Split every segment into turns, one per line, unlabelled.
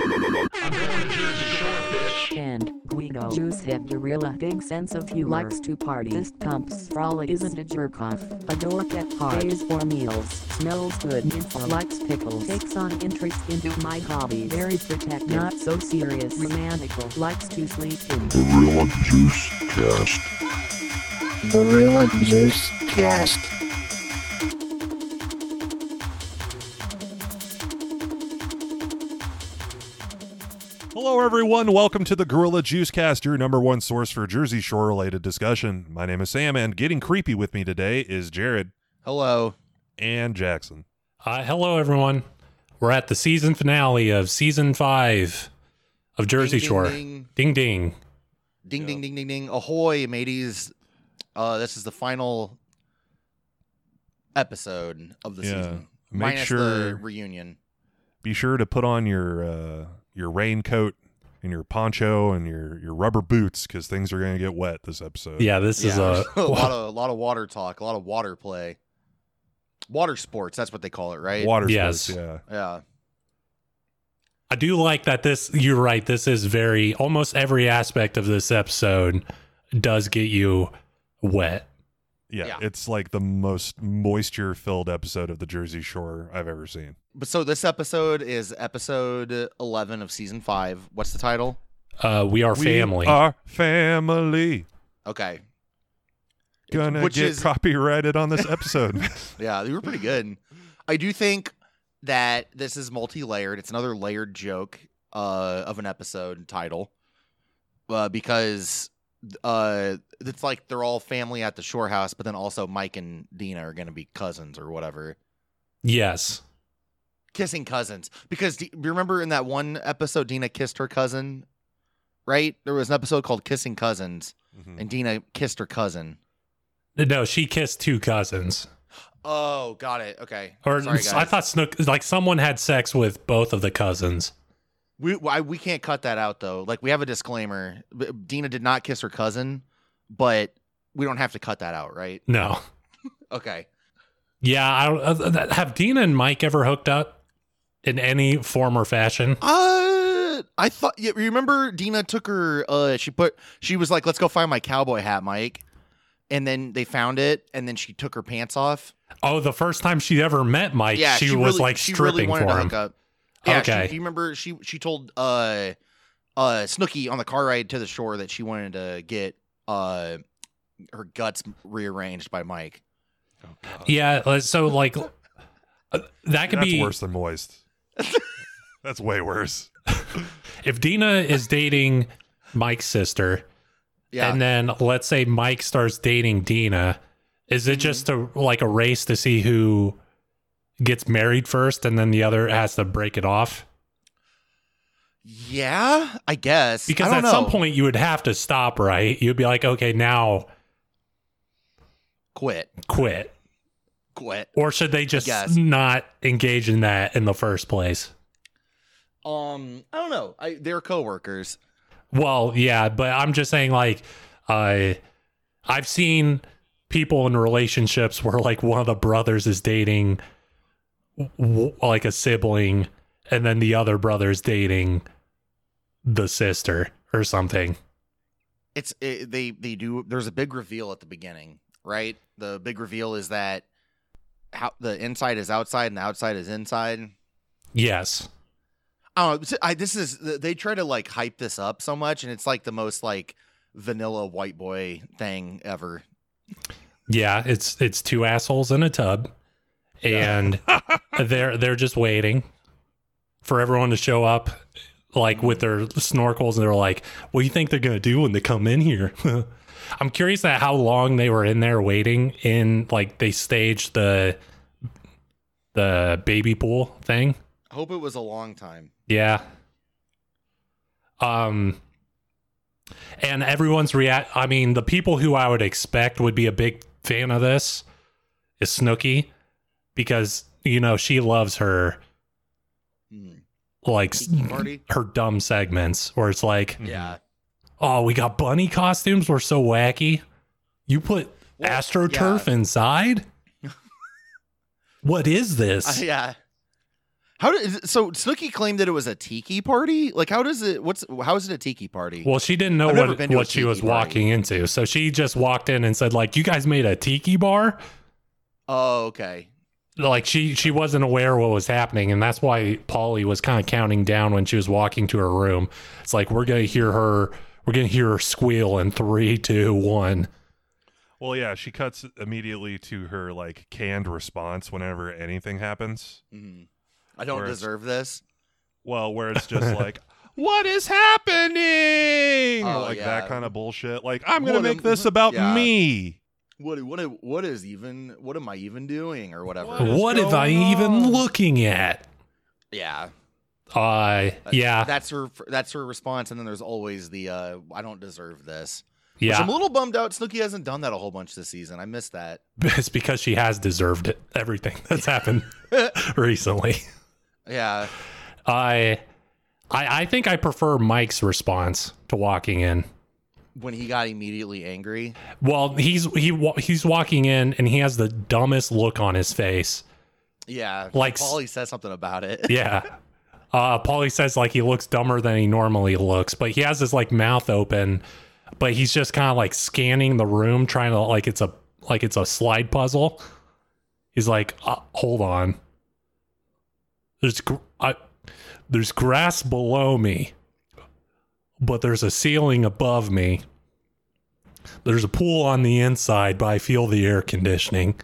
I'm going to Jersey Shore, bitch.
And Guido Juice had a real big sense of humor. Likes to party. This pumps frolic isn't a jerk off. A dork at parties or meals. Smells good. Info likes pickles. Takes on interest into my hobby. Very protective. Not so serious. Romantical. Likes to sleep in.
Gorilla Juice Cast.
Gorilla Juice Cast.
Hello, everyone. Welcome to the Gorilla Juice Cast, your number one source for Jersey Shore related discussion. My name is Sam, and getting creepy with me today is Jared
Hello.
and Jackson.
Uh, hello, everyone. We're at the season finale of season five of Jersey
ding,
Shore.
ding.
Ding ding.
Ding ding ding ding ding. Ahoy, mateys. Uh this is the final episode of the
Yeah.
season.
Make
Minus
sure-
the reunion.
Be sure to put on your uh, your raincoat and your poncho and your, your rubber boots because things are going to get wet this uh, episode.
Yeah, this is
Yeah, there's
a,
a lot of a lot of water talk, a lot of water play. Water sports, that's what they call it, right?
Water
Yes.
sports, yeah.
Yeah.
I do like that this. You're right. This is very almost every aspect of this episode does get you wet.
yeah.
Yeah.
It's like the most moisture filled episode of the Jersey Shore I've ever seen.
But so this episode is episode 11 of season 5. What's the title?
Uh, we are family.
We are family.
Okay.
Gonna
Which
get
is- Mm-hmm.
copyrighted on this episode.
Yeah, they were pretty good. I do think that this is multi-layered. It's another layered joke uh, of an episode title uh, because uh, it's like they're all family at the shore house, but then also Mike and Dina are going to be cousins or whatever,
yes.
kissing cousins. Because do you remember in that one episode, Dina kissed her cousin, right? There was an episode called "Kissing Cousins,"
Mhm.
and Dina kissed her cousin.
No, she kissed two cousins.
Oh, got it. Okay.
Or
Sorry,
I
guys.
thought Snook like someone had sex with both of the cousins.
We why we can't cut that out though. Like we have a disclaimer. B- Dina did not kiss her cousin, but we don't have to cut that out, right?
No.
Okay.
Yeah, I don't, uh, have Dina and Mike ever hooked up in any form or fashion?
Uh, I thought. Yeah, remember Dina took her. Uh, she put. She was like, "Let's go find my cowboy hat, Mike," and then they found it, and then she took her pants off.
Oh, the first time she ever met Mike,
yeah,
she, was
really-
like
she really
stripping
wanted
for
to
him.
hook up. Yeah, she-
Okay.
do you remember she she told uh uh Snooky on the car ride to the shore that she wanted to get uh her guts rearranged by Mike.
Yeah, uh, so like uh, that could
That's
be
worse than moist. That's way worse.
if Dina is dating Mike's sister,
Yeah.
and then let's say Mike starts dating Dina, is
Mm-hmm.
it just a like a race to see who gets married first, and then the other has to break it off?
Yeah, I guess.
Because
I don't
at some
know.
point you would have to stop, right? You'd be like, okay, now
quit,
quit.
quit.
Or should they just
guess.
not engage in that in the first place?
Um, I don't know. I they're coworkers.
Well, yeah, but I'm just saying, like, uh, I've seen people in relationships where, like, one of the brothers is dating, w- like, a sibling, and then the other brother is dating the sister or something.
It's it, they they do. There's a big reveal at the beginning, right? The big reveal is that how the inside is outside and the outside is inside.
Yes.
I don't know. I, this is they try to like hype this up so much, and it's like the most like vanilla white boy thing ever.
Yeah, it's it's two assholes in a tub, and they're they're just waiting for everyone to show up, like with their snorkels, and they're like, "What do you think they're gonna do when they come in here?" I'm curious at how long they were in there waiting. In like they staged the the baby pool thing.
I hope it was a long time.
Yeah. Um and everyone's react I mean, the people who I would expect would be a big fan of this is Snooky because you know, she loves her
Hmm.
like s-
Kiki party.
her dumb segments where it's like,
Yeah.
"Oh, we got bunny costumes, we're so wacky. You put
Well,
AstroTurf inside?" what is this?
Uh, yeah. How did is it- so Snooky claimed that it was a tiki party? Like how does it what's how is it a tiki party?
Well, she didn't know
I've never
what
been to a
what she was
tiki party.
walking into, so she just walked in and said, "Like, you guys made a tiki bar."
oh, okay.
Like she she wasn't aware what was happening, and that's why Polly was kind of counting down when she was walking to her room. It's like we're gonna hear her, we're gonna hear her squeal in three, two, one.
Well, yeah, she cuts immediately to her like canned response whenever anything happens.
Mhm. I don't
Whereas-
deserve this.
Well, where it's just like, "What is happening?"
Oh,
like
yeah.
that kind of bullshit. Like, I'm gonna
What
make
am-
this about
yeah.
me.
What what what is even what am I even doing or whatever?
What is
What am I
going
even
on?
looking at?
Yeah.
Uh, yeah,
That's her that's her response and then there's always the uh I don't deserve this. Which
yeah.
I'm a little bummed out Snooky hasn't done that a whole bunch this season. I missed that.
It's because she has deserved it. Everything that's happened recently.
Yeah.
I, I, I think I prefer Mike's response to walking in.
When he got immediately angry.
Well, he's he wa- he's walking in and he has the dumbest look on his face.
Yeah.
Like s-
Paulie says something about it.
Yeah. Uh, Paulie says like he looks dumber than he normally looks, but he has his like mouth open, but he's just kind of like scanning the room, trying to like it's a like it's a slide puzzle. He's like, uh, hold on. There's gr- I, there's grass below me, but there's a ceiling above me. There's a pool on the inside, but I feel the air conditioning.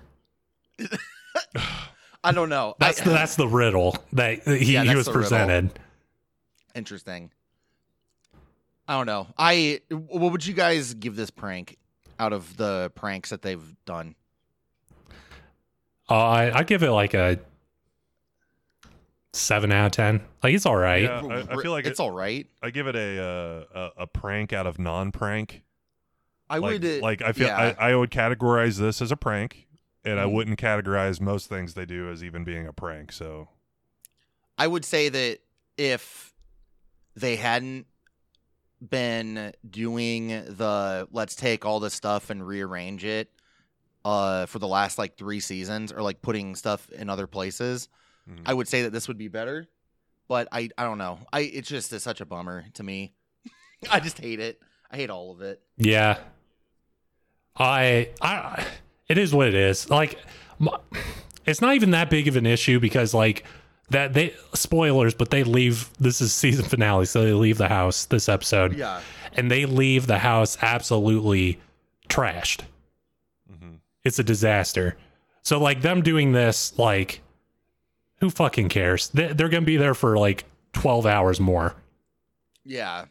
I don't know.
That's
I-
the, that's the riddle that that he,
Yeah,
he
that's
was
the riddle.
presented.
interesting. I don't know. I what would you guys give this prank out of the pranks that they've done?
Uh, I I give it like a seven out of ten. Like it's all right.
Yeah, Uh, I- I feel like
it's
it-
all right.
I give it a uh, a, a prank out of non-prank.
I
like,
would uh,
like I feel
yeah.
I, I would categorize this as a prank, and I
Mhm.
wouldn't categorize most things they do as even being a prank. So
I would say that if they hadn't been doing the let's take all this stuff and rearrange it uh for the last like 3 seasons or like putting stuff in other places,
Mhm.
I would say that this would be better. But I I don't know. I it's just is such a bummer to me. I just hate it. I hate all of it.
Yeah. I I it is what it is. Like m- it's not even that big of an issue because like that they spoilers, but they leave this is season finale, so they leave the house this episode
Yeah.
and they leave the house absolutely trashed.
mhm.
it's a disaster. So like them doing this, like who fucking cares? They- They're gonna be there for like twelve hours more.
Yeah.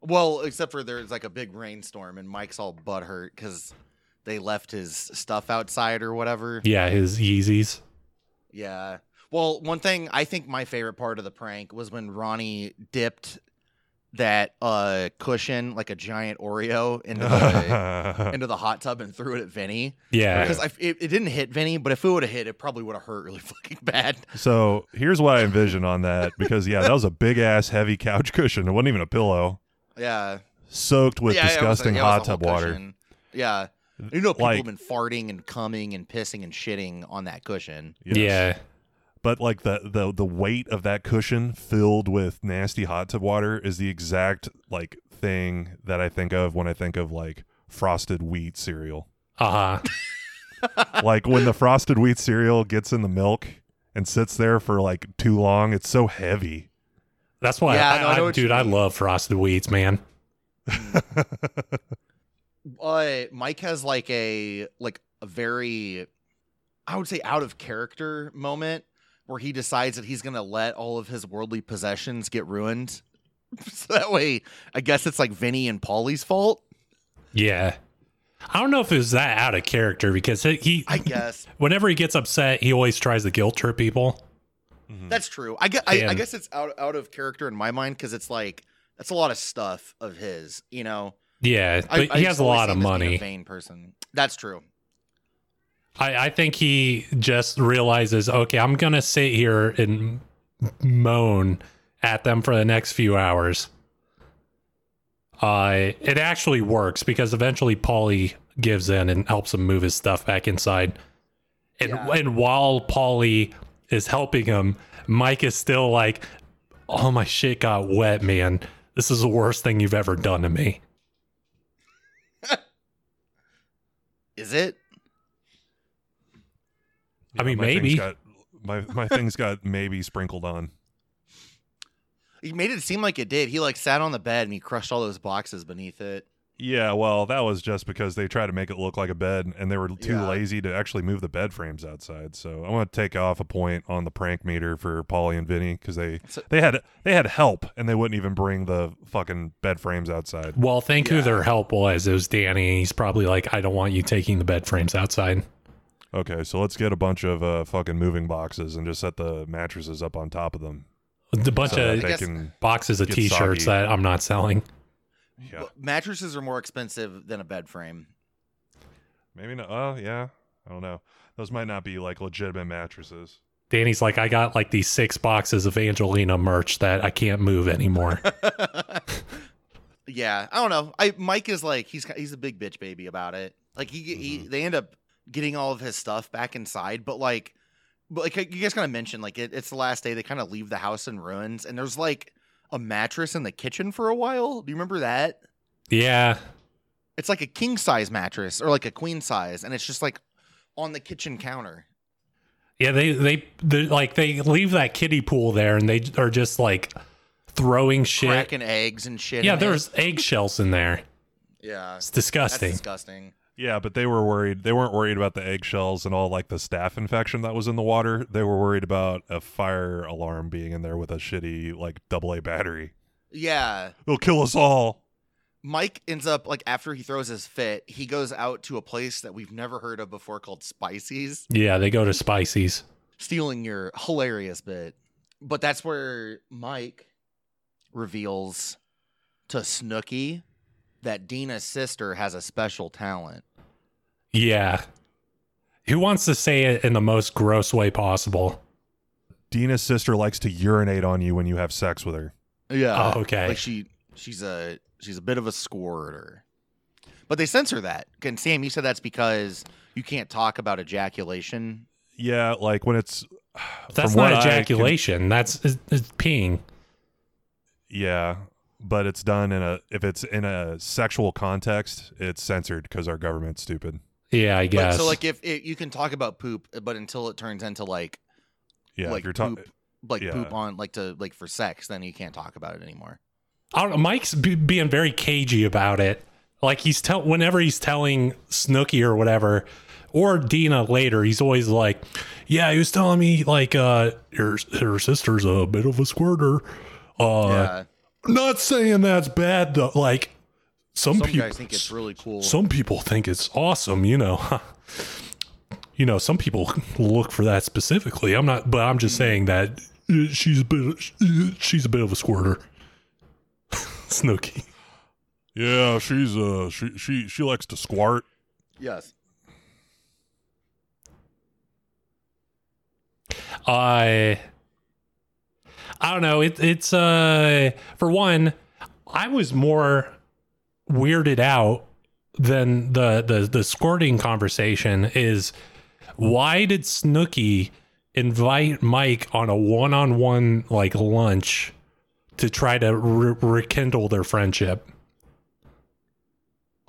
Well, except for there's like a big rainstorm and Mike's all butthurt because they left his stuff outside or whatever.
Yeah, his Yeezys.
Yeah. Well, one thing I think my favorite part of the prank was when Ronnie dipped that uh cushion like a giant Oreo into the into the hot tub and threw it at Vinny
Yeah,
because I it, it didn't hit Vinny, but if it would have hit, it probably would have hurt really fucking bad.
so here's what I envision on that because yeah, that was a big ass heavy couch cushion. It wasn't even a pillow,
Yeah.
soaked with
Yeah, it was a-
disgusting
yeah, it was
hot
a whole
tub water.
cushion. Yeah. You know, people
like-
have been farting and cumming and pissing and shitting on that cushion.
Yes.
yeah,
but like the the the weight of that cushion filled with nasty hot tub water is the exact like thing that I think of when I think of like frosted wheat cereal.
uh huh.
like when the frosted wheat cereal gets in the milk and sits there for like too long, it's so heavy.
That's why,
Yeah,
I,
no, I know
I-
what you
dude, I
mean.
love frosted wheats, man.
Uh, Mike has like a like a very, I would say, out of character moment where he decides that he's gonna let all of his worldly possessions get ruined. so that way, I guess it's like Vinny and Polly's fault.
Yeah, I don't know if it was that out of character because he, he
I guess
whenever he gets upset, he always tries to guilt trip people. Mm.
Mm-hmm.
that's true. I guess, I, I
Damn.
guess it's out out of character in my mind because it's like that's a lot of stuff of his. You know,
Yeah,
I,
but
I
he
just
has a
always
lot of
seen him as being
money.
A vain person. That's true.
I, I think he just realizes, okay, I'm gonna sit here and moan at them for the next few hours. Uh, it actually works because eventually Polly gives in and helps him move his stuff back inside. And
Yeah.
and while Polly is helping him, Mike is still like, "All my shit got wet, man. This is the worst thing you've ever done to me."
Is it?
I mean,
my things
maybe.
got- my my things got maybe sprinkled on.
He made it seem like it did. He like sat on the bed and he crushed all those boxes beneath it.
Yeah, well, that was just because they tried to make it look like a bed, and they were too
Yeah.
lazy to actually move the bed frames outside. So I want to take off a point on the prank meter for Polly and Vinny because they
So-
they had they had help, and they wouldn't even bring the fucking bed frames outside.
Well, think
Yeah.
who their help was. It was Danny, and he's probably like, "I don't want you taking the bed frames outside."
Okay, so let's get a bunch of uh, fucking moving boxes and just set the mattresses up on top of them.
A bunch
So that
of
they
guess-
can,
boxes of
Get
T-shirts
soggy.
that I'm not selling.
yeah,
But mattresses are more expensive than a bed frame.
maybe not. Oh, yeah, I don't know. Those might not be like legitimate mattresses.
Danny's like, "I got like these six boxes of Angelina merch that I can't move anymore."
yeah, I don't know. I Mike is like he's he's a big bitch baby about it. Like he, he
Mm-hmm.
they end up getting all of his stuff back inside, but like, but like you guys kind of mentioned, like it, it's the last day. They kind of leave the house in ruins, and there's like a mattress in the kitchen for a while. Do you remember that?
yeah,
It's like a king size mattress or like a queen size, and it's just like on the kitchen counter.
Yeah, they they they like they leave that kiddie pool there, and they are just like throwing shit.
cracking eggs and shit.
yeah,
in it.
there's eggshells in there.
yeah,
It's
that's
disgusting.
disgusting.
Yeah, but they were worried. They weren't worried about the eggshells and all like the staph infection that was in the water. They were worried about a fire alarm being in there with a shitty like double A battery.
Yeah,
It'll kill us all.
Mike ends up like after he throws his fit, he goes out to a place that we've never heard of before called Spicy's,
yeah, they go to Spicy's.
stealing your hilarious bit. But that's where Mike reveals to Snooky that Dina's sister has a special talent.
Yeah, who wants to say it in the most gross way possible?
Dina's sister likes to urinate on you when you have sex with her.
Yeah.
oh, okay.
Uh, Like she she's a she's a bit of a squirter. But they censor that. And Sam, you said that's because you can't talk about ejaculation.
Yeah, like when it's
That's
from what
not
I can-
ejaculation. That's it's, it's peeing.
yeah, but it's done in a if it's in a sexual context, it's censored because our government's stupid.
Yeah, I
But
guess.
so like if it, you can talk about poop, but until it turns into like
Yeah,
like
if you're talking.
poop, like poop
yeah.
on like to like for sex, then you can't talk about it anymore.
I don't know, Mike's b- being very cagey about it. Like he's tell whenever he's telling Snooky or whatever, or Dina later, he's always like, "Yeah, he was telling me like uh, your her sister's a bit of a squirter." Uh,
yeah,
not saying that's bad though. Like some,
some
people,
guys think it's really cool.
some people think it's awesome. You know, you know, some people look for that specifically. I'm not, but I'm just saying that uh, she's a bit, uh, she's a bit of a squirter. Snooky.
Yeah, she's uh she she she likes to squirt.
yes,
I I don't know. It, it's uh for one, I was more weirded out than the the the squirting conversation is why did Snooky invite Mike on a one-on-one like lunch to try to re- rekindle their friendship?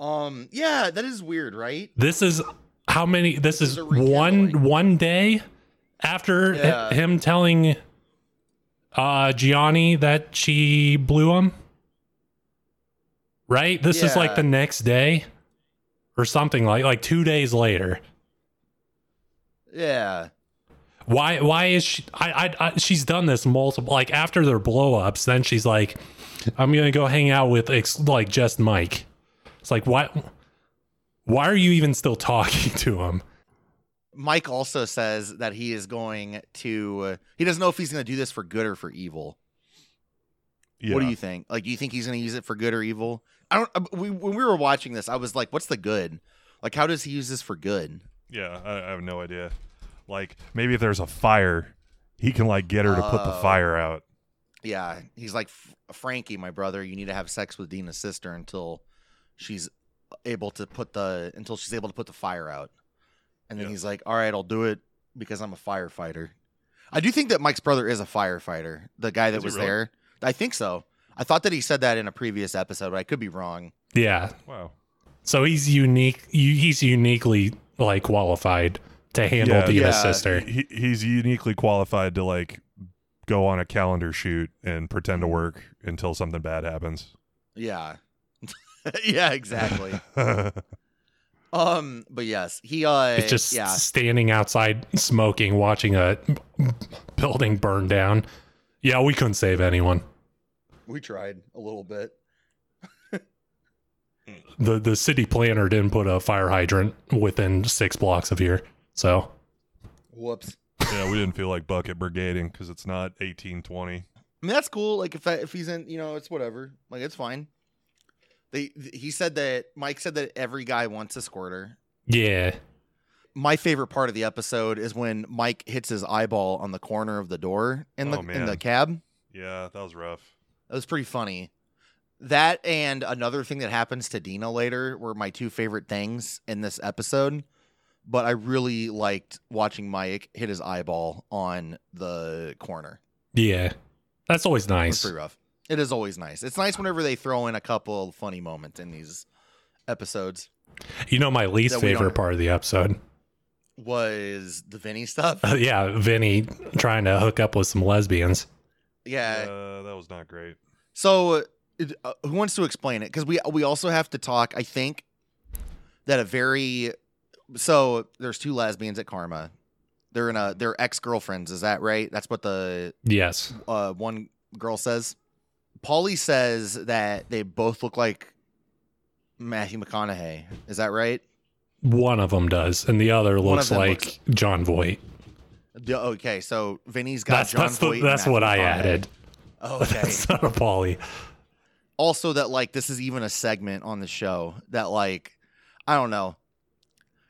um, yeah, that is weird, right?
This is how many this,
This is
is,
a
one
rekindling.
one day after hi-
Yeah.
him telling uh Gianni that she blew him. Right? This is like
Yeah.
the next day or something like like 2 days later.
Yeah,
Why why is she I I, I she's done this multiple like after their blow-ups then she's like I'm going to go hang out with ex- like just Mike. It's like why why are you even still talking to him?
Mike also says that he is going to. He doesn't know if he's going to do this for good or for evil.
Yeah.
What do you think? Like, do you think he's going to use it for good or evil? I don't. uh, We, when we were watching this, I was like, "What's the good? Like, how does he use this for good?"
Yeah, I, I have no idea. Like maybe if there's a fire, he can like get her to put the
Oh.
fire out.
Yeah, he's like "F- Frankie, my brother. You need to have sex with Dina's sister until she's able to put the until she's able to put the fire out. And then
Yeah.
he's like, "All right, I'll do it because I'm a firefighter." I do think that Mike's brother is a firefighter. The guy that
Is he
was
really?
there, I think so. I thought that he said that in a previous episode, but I could be wrong.
Yeah.
Wow.
So he's unique. You, he's uniquely like qualified to handle
Yeah.
the
Yeah.
sister.
He, he's uniquely qualified to like go on a calendar shoot and pretend to work until something bad happens.
Yeah, yeah, exactly.
yeah,
um, but yes, he. Uh,
It's just
yeah,
standing outside smoking, watching a building burn down. Yeah, we couldn't save anyone.
we tried a little bit.
The the city planner didn't put a fire hydrant within six blocks of here. So
Whoops.
we didn't feel like bucket brigading because it's not 1820.
I mean, that's cool. Like if I, if he's in, you know, it's whatever. Like it's fine. They th- he said that Mike said that every guy wants a squirter.
yeah.
My favorite part of the episode is when Mike hits his eyeball on the corner of the door in the
Oh,
in the
man.
cab.
Yeah, that was rough.
That was pretty funny. That and another thing that happens to Dina later were my two favorite things in this episode. But I really liked watching Mike hit his eyeball on the corner.
Yeah. That's always
It's
nice.
pretty rough. It is always nice. It's nice whenever they throw in a couple of funny moments in these episodes.
You know my least
That we don't-
favorite part of the episode.
Was the Vinny stuff?
Uh, yeah, Vinny trying to hook up with some lesbians.
Yeah.
Uh, that was not great.
So, it- uh, who wants to explain it? Because we we also have to talk. I think that a very so there's two lesbians at Karma. They're in a they're ex girlfriends. Is that right? That's what the
Yes.
uh, one girl says. Polly says that they both look like Matthew McConaughey. Is that right?
One of them does, and the other
One
looks
of them
like John Voight.
D- okay, so Vinny's got
that's
John
that's, the-
Voight and
that's what I
Matthew McConaughey.
added.
Okay.
That's not a poly.
also, that like this is even a segment on the show that like I don't know.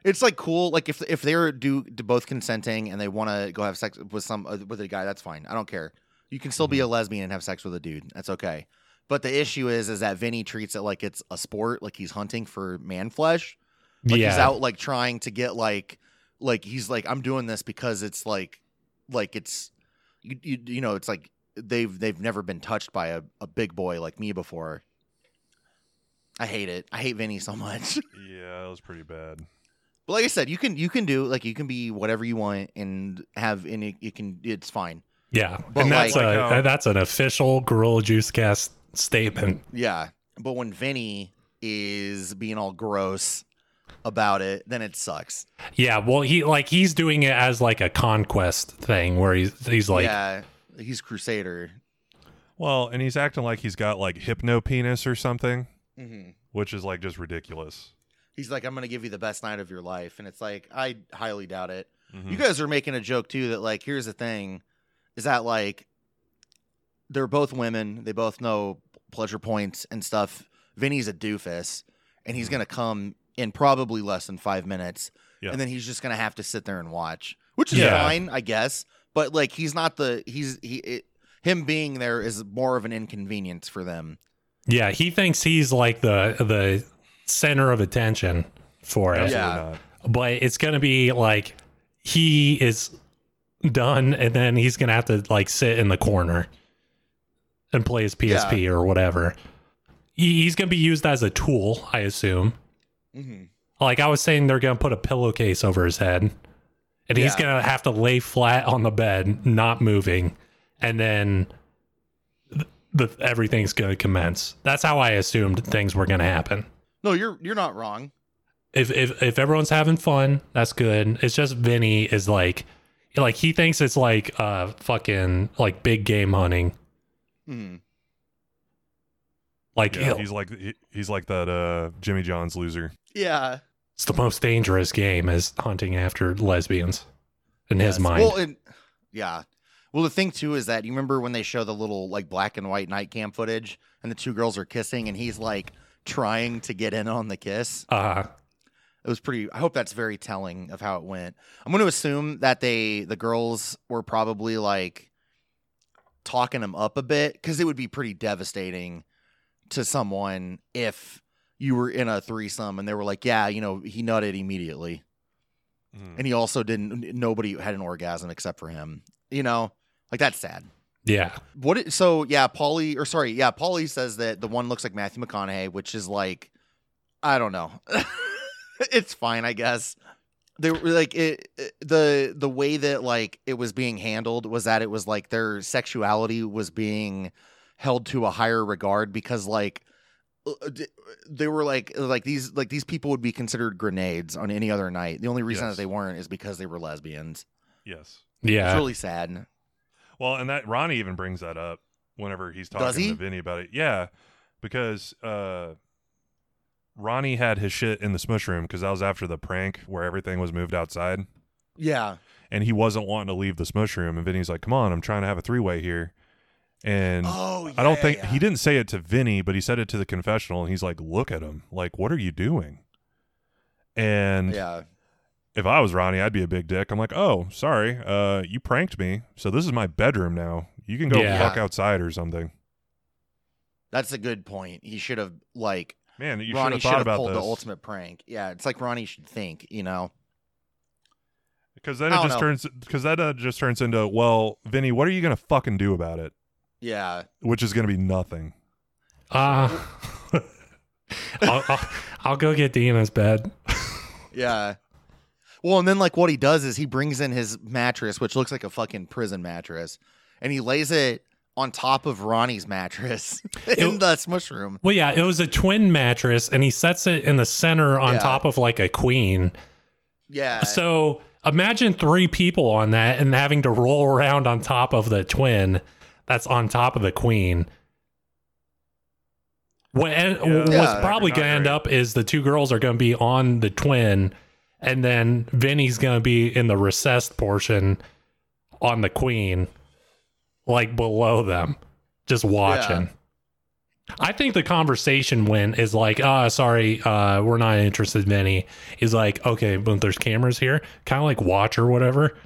It's like cool. Like if if they're do, do both consenting and they want to go have sex with some uh, with a guy, that's fine. I don't care. You can still
Mm-hmm.
be a lesbian and have sex with a dude. That's okay. But the issue is, is that Vinny treats it like it's a sport, like he's hunting for man flesh. Like
yeah.
he's out like trying to get like like he's like I'm doing this because it's like like it's you you, you know it's like they've they've never been touched by a, a big boy like me before. I hate it. I hate Vinny so much.
Yeah, that was pretty bad.
but like I said, you can you can do like you can be whatever you want and have any you can it's fine.
Yeah.
But
and that's
like- um,
a
Like, uh,
that's an official Gorilla Juice cast statement.
Yeah. But when Vinny is being all gross about it, then it sucks.
Yeah, well he like he's doing it as like a conquest thing where he's he's like
yeah. He's crusader.
Well, and he's acting like he's got like hypno penis or something,
Mm-hmm.
which is like just ridiculous.
He's like, I'm gonna give you the best night of your life, and it's like, I highly doubt it.
Mhm.
You guys are making a joke too. That like, here's the thing, is that like, they're both women. They both know pleasure points and stuff. Vinny's a doofus, and he's gonna come in probably less than five minutes,
Yeah.
and then he's just gonna have to sit there and watch, which is
Yeah.
fine, I guess. But like, he's not the he's he it, him being there is more of an inconvenience for them.
Yeah, he thinks he's like the the center of attention for it.
Absolutely
Yeah.
not.
But it's gonna be like he is done and then he's gonna have to like sit in the corner and play his PSP or whatever. He, he's gonna be used as a tool, I assume.
Mm-hmm.
Like I was saying, they're gonna put a pillowcase over his head, and he's
Yeah.
gonna have to lay flat on the bed, not moving, and then the, the everything's gonna commence. That's how I assumed things were gonna happen.
No, you're you're not wrong.
If if if everyone's having fun, that's good. It's just Vinny is like, like he thinks it's like uh fucking like big game hunting.
hmm
Like
Yeah,
ew,
he's like he, he's like that uh Jimmy John's loser.
Yeah.
it's the most dangerous game is hunting after lesbians in his
Yes.
mind.
Well, and yeah. Well, the thing too is that you remember when they show the little like black and white night cam footage, and the two girls are kissing, and he's like trying to get in on the kiss.
uh
It was pretty. I hope that's very telling of how it went. I'm going to assume that they the girls were probably like talking him up a bit because it would be pretty devastating to someone if you were in a threesome and they were like, "Yeah, you know, he nutted immediately."
Mm.
and he also didn't nobody had an orgasm except for him You know, like that's sad.
Yeah.
What? It, so yeah, Paulie or sorry, yeah, Paulie says that the one looks like Matthew McConaughey, which is like, I don't know. it's fine, I guess. They were like it, it- the the way that like it was being handled was that it was like their sexuality was being held to a higher regard because like uh, d- they were like like these like these people would be considered grenades on any other night. The only reason
Yes.
that they weren't is because they were lesbians.
Yes.
Yeah.
It's really sad.
Well, and that Ronnie even brings that up whenever he's
Does
talking
he?
to Vinny about it. Yeah, because uh, Ronnie had his shit in the smush room because that was after the prank where everything was moved outside,
Yeah.
and he wasn't wanting to leave the smush room. And Vinny's like, "Come on, I'm trying to have a three way here," and.
Oh,
I don't
yeah,
think
yeah.
he didn't say it to Vinny, but he said it to the confessional, and he's like, "Look at him! Like, what are you doing?" And
Yeah.
if I was Ronnie, I'd be a big dick. I'm like, "Oh, sorry, uh, you pranked me, so this is my bedroom now. You can go
Yeah.
fuck outside or something."
That's a good point. He should have like
Man, you should
Ronnie
have
should
thought
have
about
pulled
this
the ultimate prank. Yeah, it's like Ronnie should think. You know.
because then
I
it
don't
just
know.
turns because that uh, just turns into, "Well, Vinny, what are you gonna fucking do about it?"
Yeah.
Which is gonna be nothing.
Uh, I'll, I'll, I'll go get Dina's bed.
Yeah. Well, and then like what he does is he brings in his mattress, which looks like a fucking prison mattress, and he lays it on top of Ronnie's mattress in the smush room.
Well, yeah, it was a twin mattress, and he sets it in the center on
Yeah.
top of like a queen.
Yeah.
So imagine three people on that and having to roll around on top of the twin that's on top of the queen. What and what's
Yeah.
probably going to end up is the two girls are going to be on the twin, and then Vinny's going to be in the recessed portion on the queen, like below them, just watching. I think the conversation when is like, ah, sorry, uh, we're not interested, Vinny. Is like, okay, but there's cameras here, kind of like watch or whatever.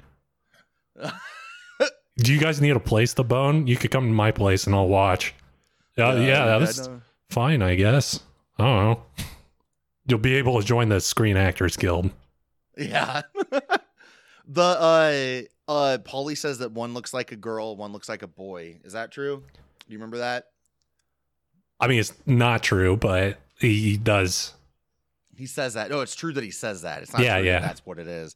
Do you guys need a place to bone? You could come to my place and I'll watch. Uh, yeah, that's
no.
fine, I guess. I don't know. You'll be able to join the Screen Actors Guild.
Yeah. the uh uh Polly says that one looks like a girl, one looks like a boy. Is that true? Do you remember that?
I mean, it's not true, but he does.
He says that. No, it's true that he says that. It's not
Yeah,
true that
yeah.
that's what it is.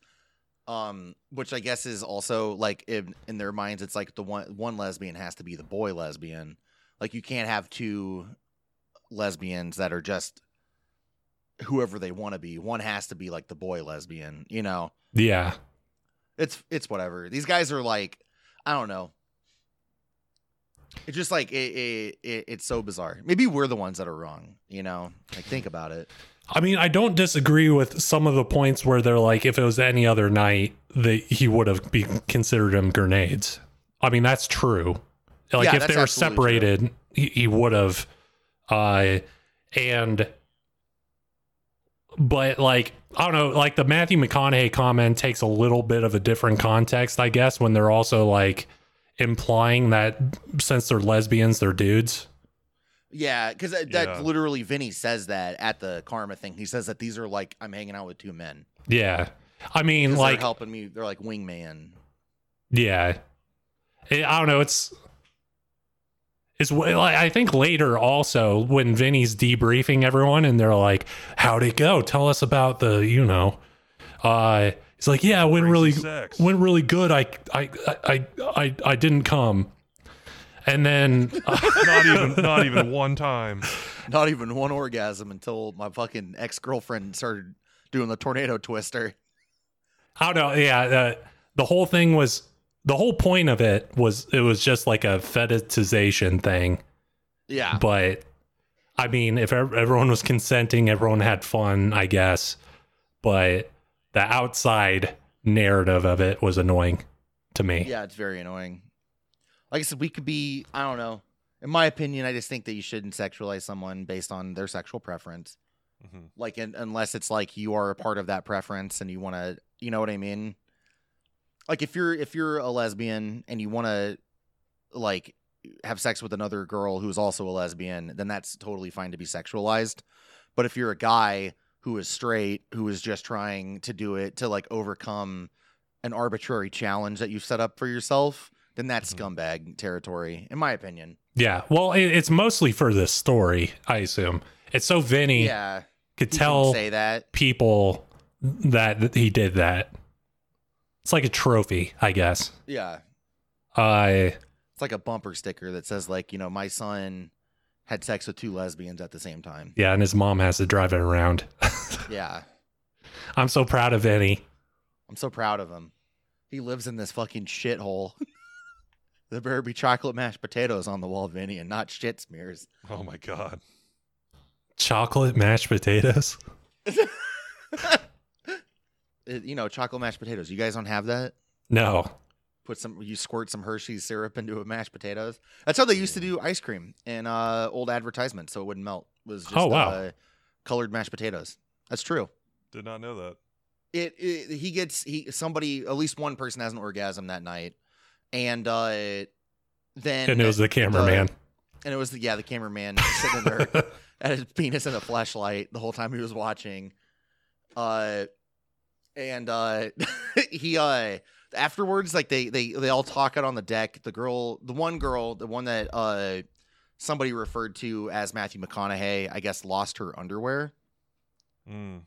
Um, which I guess is also like in, in their minds, it's like the one one lesbian has to be the boy lesbian. Like you can't have two lesbians that are just whoever they want to be. One has to be like the boy lesbian, you know.
Yeah.
It's it's whatever. These guys are like, I don't know. It's just like it, it, it it's so bizarre. Maybe we're the ones that are wrong, you know. Like think about it.
I mean, I don't disagree with some of the points where they're like, if it was any other night, that he would have be considered him grenades. I mean, that's true. Like
Yeah,
if
that's
they were
absolutely true.
separated, he, he would have. Uh, and but like I don't know, like the Matthew McConaughey comment takes a little bit of a different context, I guess, when they're also like implying that since they're lesbians, they're dudes.
Yeah, because that,
Yeah.
that literally Vinny says that at the karma thing. He says that these are like I'm hanging out with two men.
Yeah, I
'Cause
mean,
they're
like
helping me. They're like wingman.
Yeah, It- I don't know. It's it's wh- like I think later also when Vinny's debriefing everyone and they're like, "How'd it go? Tell us about the you know." Uh, he's like, "Yeah, it went
Crazy
really
sex.
went really good. I I I I I, I didn't come." And then uh,
not even not even one time.
Not even one orgasm until my fucking ex girlfriend started doing the tornado twister.
I don't know. Yeah, uh, the whole thing was the whole point of it was it was just like a fetishization thing.
Yeah,
but I mean, if ev- everyone was consenting, everyone had fun, I guess. But the outside narrative of it was annoying to me.
yeah, it's very annoying. Like I said, we could be. I don't know. In my opinion, I just think that you shouldn't sexualize someone based on their sexual preference.
Mhm.
Like, un unless it's like you are a part of that preference and you want to, you know what I mean? Like, if you're if you're a lesbian and you want to, like, have sex with another girl who's also a lesbian, then that's totally fine to be sexualized. But if you're a guy who is straight, who is just trying to do it to like overcome an arbitrary challenge that you've set up for yourself, then that's scumbag territory, in my opinion.
Yeah. Well, it, it's mostly for this story, I assume. It's so Vinny
Yeah,
could
you shouldn't
tell
say that.
people that th- he did that. It's like a trophy, I guess.
Yeah,
I
it's like a bumper sticker that says like, you know, my son had sex with two lesbians at the same time.
yeah, and his mom has to drive it around.
Yeah,
I'm so proud of Vinny.
I'm so proud of him. He lives in this fucking shithole. there better be chocolate mashed potatoes on the wall, Vinny, and not shit smears.
Oh my god.
Chocolate mashed potatoes.
Uh, You know, chocolate mashed potatoes. You guys don't have that?
No.
put some you squirt some Hershey's syrup into a mashed potatoes. That's how they used to do ice cream in uh, old advertisements, so it wouldn't melt. Was just,
Oh, wow.
uh, colored mashed potatoes. That's true.
Did not know that.
It, it he gets he somebody at least one person has an orgasm that night, and uh, then
And, it was the cameraman.
and it was the, yeah the cameraman sitting there at his penis in a flashlight the whole time he was watching. Uh, and uh, he uh afterwards, like they they they all talk out on the deck. The girl, the one girl, the one that uh somebody referred to as Matthew McConaughey, I guess lost her underwear.
Mm.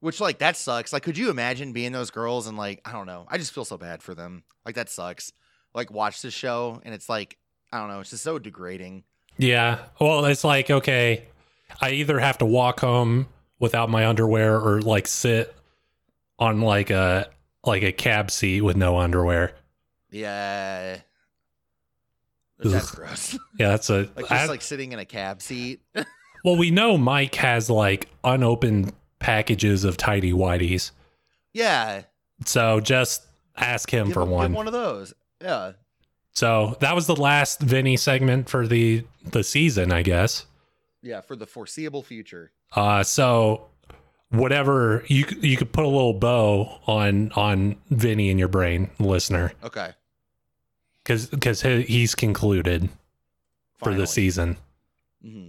Which like that sucks. Like, could you imagine being those girls and like I don't know. I just feel so bad for them. Like that sucks. Like watch this show and it's like I don't know. It's just so degrading.
Yeah. Well, it's like, okay, I either have to walk home without my underwear or like sit on like a like a cab seat with no underwear.
Yeah. That's
Ugh.
gross.
Yeah, that's a
Like just
I-
like sitting in a cab seat.
well, we know Mike has like unopened packages of tidy whities.
yeah.
So just ask him
Give
for
him- give
one.
one of those. Yeah.
So that was the last Vinny segment for the the season, I guess.
Yeah. For the foreseeable future.
Uh, so whatever you c- you could put a little bow on on Vinny in your brain, listener,
Okay.
because because he, he's concluded for the season.
hmm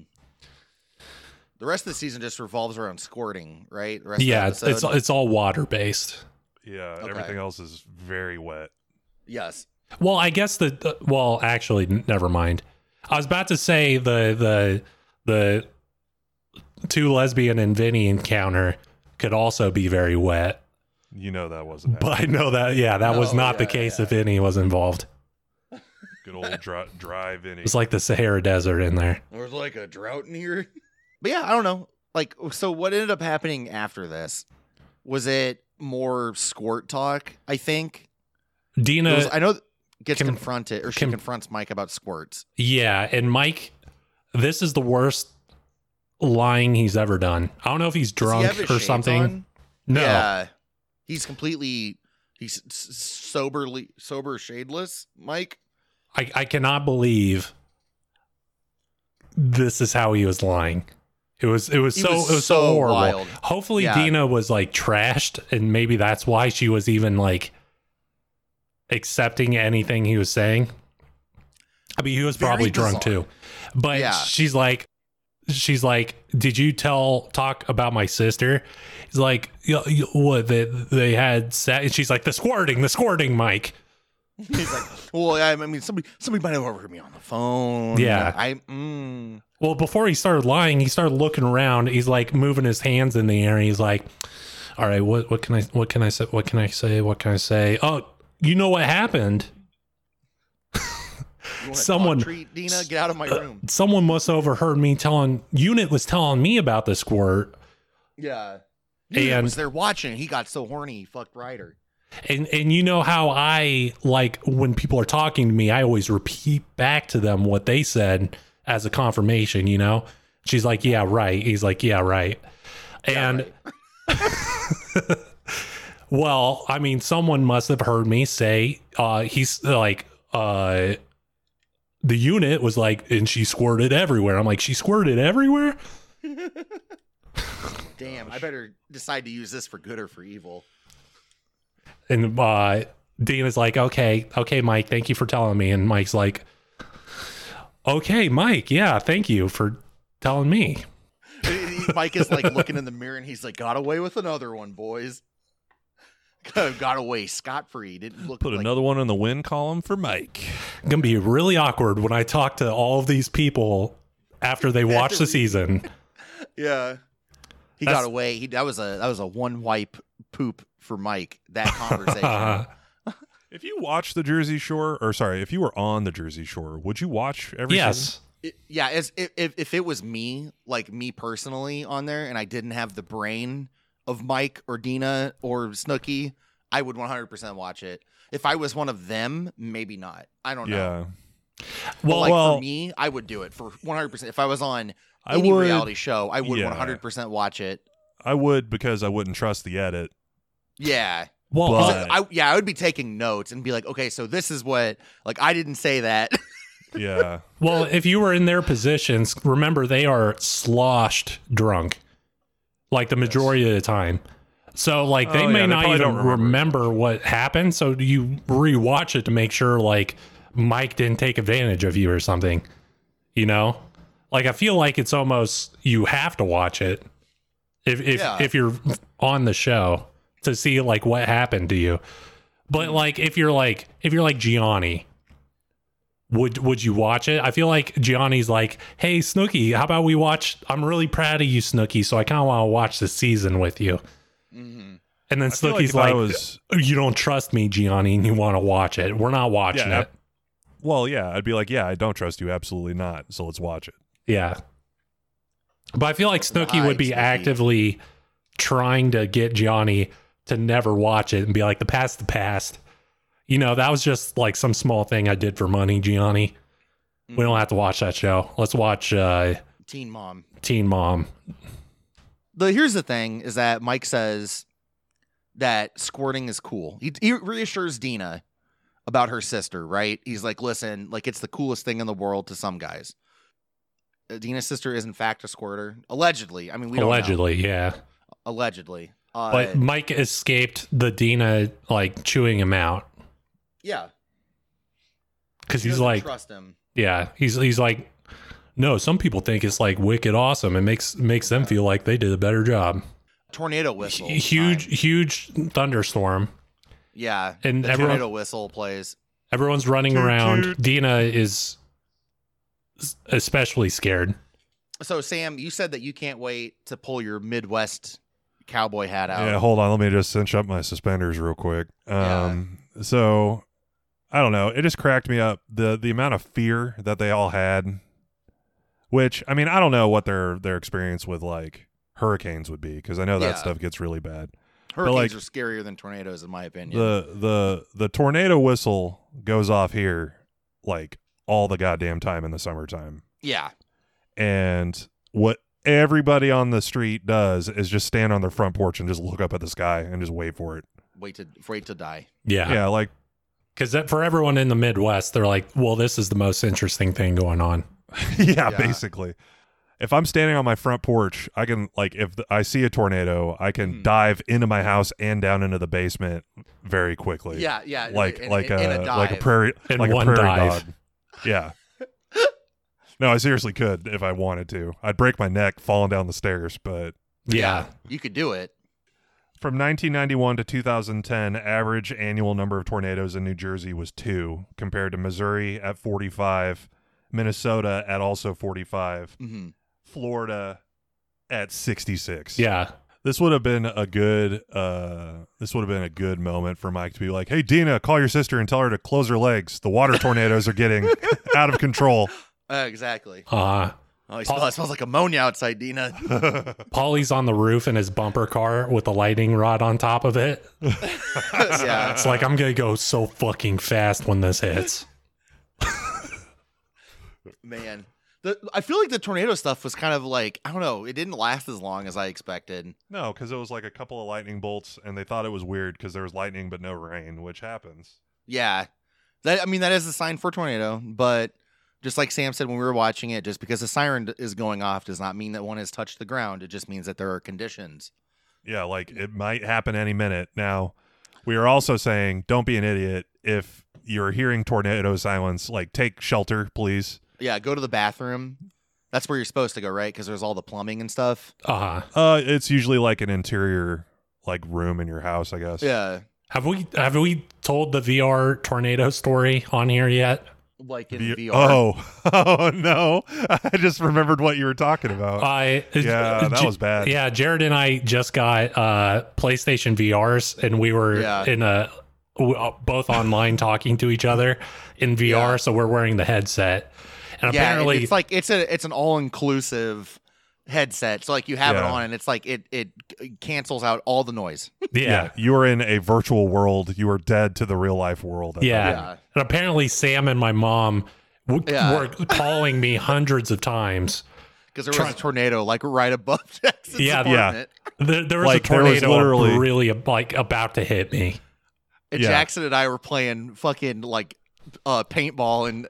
The rest of the season just revolves around squirting, right? The rest
Yeah,
Of
it's
the
it's
episode?
it's all water based.
Yeah,
Okay.
everything else is very wet.
yes.
Well, I guess the the- well, actually, n- never mind. I was about to say the the the two lesbian and Vinny encounter could also be very wet,
You know that wasn't
but
happening.
I know that yeah, that was
No,
not the
Oh, yeah,
case
yeah.
if Vinny was involved.
good old dry, dry Vinny.
It's like the Sahara Desert in there.
There's like a drought in here. But yeah, I don't know. Like, so what ended up happening after this? Was it more squirt talk? I think. There
Dina,
was- I know th- gets
Kim-
confronted or she
Kim-
confronts Mike about squirts.
yeah, and Mike, this is the worst lying he's ever done. I don't know if he's
Does he
drunk
have his
or
shades
something.
on?
No,
Yeah. He's completely he's s- s- soberly sober shadeless, Mike.
I, I cannot believe this is how he was lying. It was it was
He
so
was
it was so,
so
horrible.
wild.
Hopefully
Yeah.
Dina was like trashed and maybe that's why she was even like accepting anything he was saying. I mean he was
Very
probably drunk
bizarre.
too. But
Yeah.
she's like she's like did you tell talk about my sister? He's like "Yeah, you- what they, they had sex and she's like the squirting, the squirting Mike.
He's like, well, I I mean, somebody somebody might have overheard me on the phone.
Yeah.
I mm,
Well, before he started lying, he started looking around. He's like moving his hands in the air. And he's like, "All right, what what can I what can I say? What can I say? What can I say? Oh, you know what happened?
you want a dog
Someone-
treat Dina, get out of my room.
Someone must have overheard me telling Unit was telling me about the squirt,
Yeah.
And-
And was there watching. He got so horny, he fucked Ryder.
and and you know how I like when people are talking to me, I always repeat back to them what they said as a confirmation. You know, she's like, "Yeah, right." He's like, "Yeah, right," and. Well, I mean, someone must have heard me say uh, he's like uh, the unit was like, and she squirted everywhere. I'm like, she squirted everywhere.
Damn, I better decide to use this for good or for evil.
And uh, Dean is like, okay, okay, Mike, thank you for telling me. And Mike's like, okay, Mike, yeah, thank you for telling me.
Mike is like looking in the mirror and he's like, got away with another one, boys. Got away scot free. Didn't look
Put
like
another one in the win column for Mike.
gonna be really awkward when I talk to all of these people after they watch the season.
Yeah. He
That's-
got away. He that was a that was a one wipe poop for Mike. That conversation.
Uh,
If you watch the Jersey Shore, or sorry, if you were on the Jersey Shore, would you watch every season?
yes,
It- yeah, as if, if if it was me, like me personally on there and I didn't have the brain of Mike or Dina or Snooky, I would 100% watch it. If I was one of them, maybe not. I don't know.
Yeah,
But
well,
like
well,
for me, I would do it for 100%. If I was on
I
any
would.
reality show, I would
Yeah.
100% watch it.
I would because I wouldn't trust the edit.
Yeah.
well,
but-
uh,
So I yeah, I would be taking notes and be like, okay, so this is what like I didn't say that.
Yeah,
well. If you were in their positions, remember they are sloshed drunk, like the majority of the time. So like they
Oh,
may
yeah, they
not
probably
even
don't remember.
remember. what happened. So you rewatch it to make sure like Mike didn't take advantage of you or something. You know, like I feel like it's almost you have to watch it if if
Yeah.
if you're on the show to see like what happened to you. But like if you're like if you're like Gianni, would would you watch it? I feel like Gianni's like, hey Snooky, how about we watch? I'm really proud of you, Snooky. So I kind of want to watch this season with you. And then
I feel like
Snooky's
if I
like,
was
you don't trust me, Gianni, and you want to watch it. We're not watching
Yeah.
it.
Well, yeah, I'd be like, yeah, I don't trust you, absolutely not. So let's watch it.
Yeah. But I feel like Snooky
Right,
would be
Snooki.
actively trying to get Johnny to never watch it and be like, the past, the past. You know, that was just like some small thing I did for money, Gianni. We don't have to watch that show. Let's watch uh,
Teen mom.
Teen Mom.
The here's the thing is that Mike says that squirting is cool. He, he reassures Dina about her sister, right? He's like, listen, like it's the coolest thing in the world to some guys. Uh, Dina's sister is in fact a squirter, allegedly. I mean, we don't know.
Allegedly, yeah.
allegedly. Uh,
But Mike escaped the Dina like chewing him out
yeah,
because
she
he's
doesn't
like,
trust him.
yeah, he's he's like, no. Some people think it's like wicked awesome. It makes makes them feel like they did a better job.
Tornado whistle,
Hu- huge
time.
huge thunderstorm
yeah.
and
The
everyone
tornado whistle plays.
everyone's running
Toot,
around
toot.
dina is s- especially scared
So Sam, you said that you can't wait to pull your Midwest cowboy hat out.
Yeah, hold on, let me just cinch up my suspenders real quick. Um, so I don't know, it just cracked me up the the amount of fear that they all had. Which I mean, I don't know what their their experience with like hurricanes would be because I know that
Yeah.
stuff gets really bad.
Hurricanes
like-
are scarier than tornadoes, in my opinion.
the the the tornado whistle goes off here like all the goddamn time in the summertime.
yeah,
and what everybody on the street does is just stand on their front porch and just look up at the sky and just wait for it.
wait to wait to die.
yeah
Yeah, like
because for everyone in the midwest they're like well this is the most interesting thing going on
yeah,
Yeah.
basically. If I'm standing on my front porch, I can like if th- I see a tornado, I can
Mhm.
dive into my house and down into the basement very quickly.
yeah, yeah,
like
in-
like
in- in
a, like a
dive.
prairie
In
like
one
a prairie
dive.
dog. Yeah. no, I seriously could if I wanted to. I'd break my neck falling down the stairs, but
yeah,
You could do it.
From 1991 to 2010, average annual number of tornadoes in New Jersey was two, compared to Missouri at 45, Minnesota at also 45,
Mhm.
Florida at 66.
yeah
this would have been a good uh, this would have been a good moment for Mike to be like, "Hey, Dina, call your sister and tell her to close her legs. The water tornadoes are getting out of control."
Uh, exactly.
uh
Oh, he smells, it smells like ammonia outside, Dina.
Polly's on the roof in his bumper car with a lightning rod on top of it.
yeah,
It's like I'm gonna go so fucking fast when this hits.
man. The, I feel like the tornado stuff was kind of like I don't know. It didn't last as long as I expected.
No, because it was like a couple of lightning bolts, and they thought it was weird because there was lightning but no rain, which happens.
Yeah. That I mean that is a sign for tornado, but just like Sam said when we were watching it, just because a siren d- is going off does not mean that one has touched the ground. It just means that there are conditions.
Yeah, like it might happen any minute. Now, we are also saying don't be an idiot. If you're hearing tornado silence, like take shelter, please.
Yeah, go to the bathroom. That's where you're supposed to go, right? Because there's all the plumbing and stuff.
Uh huh.
Uh, it's usually like an interior like room in your house, I guess.
Yeah.
Have we have we told the VR tornado story on here yet?
like in
V-
VR.
Oh, oh no! I just remembered what you were talking about.
I
Uh,
uh,
yeah, that
J-
was bad.
Yeah, Jared and I just got uh PlayStation VRs and we were
Yeah.
in a w- uh, both online talking to each other in VR,
Yeah.
so we're wearing the headset. And
yeah, and
apparently
it's like it's a it's an all inclusive headset. So like you have it
Yeah.
on, and it's like it it cancels out all the noise.
yeah,
you were in a virtual world. You were dead to the real life world. at that
Yeah.
Yeah.
And apparently, Sam and my mom w-
Yeah.
were calling me hundreds of times.
Because there was a tornado like right above Jackson's
Yeah, yeah.
apartment.
There, there was
Like,
a
there was
tornado
literally-
really like about to hit me.
And
Yeah.
Jackson and I were playing fucking like uh paintball and.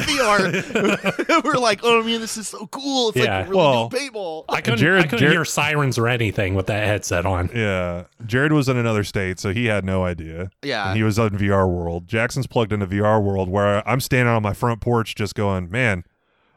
VR, we're like, oh man, this is so cool! It's
Yeah.
like really
Well,
new paintball.
I couldn't,
Jared-
I couldn't
Jared-
hear sirens or anything with that headset on.
Yeah. Jared was in another state, so he had no idea.
Yeah,
And he was in VR world. Jackson's plugged into VR world where I'm standing on my front porch just going, man,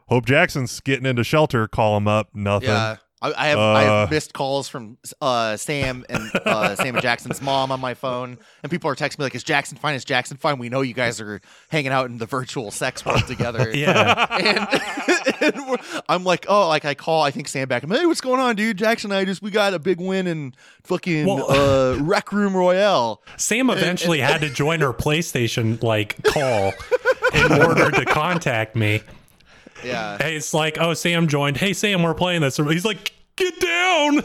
hope Jackson's getting into shelter. Call him up. Nothing.
yeah. I, I have I
Uh,
have missed calls from uh, Sam and uh, Sam and Jackson's mom on my phone, and people are texting me like, "Is Jackson fine? Is Jackson fine? We know you guys are hanging out in the virtual sex world together."
Yeah.
and, and we're- I'm like, oh, like I call, I think Sam back. I'm, hey, what's going on, dude? Jackson and I just we got a big win in fucking
Well-
uh, Rec Room Royale.
Sam eventually had to join her PlayStation like call in order to contact me.
Yeah,
Hey, it's like, oh, Sam joined. Hey, Sam, we're playing this. He's like, get down.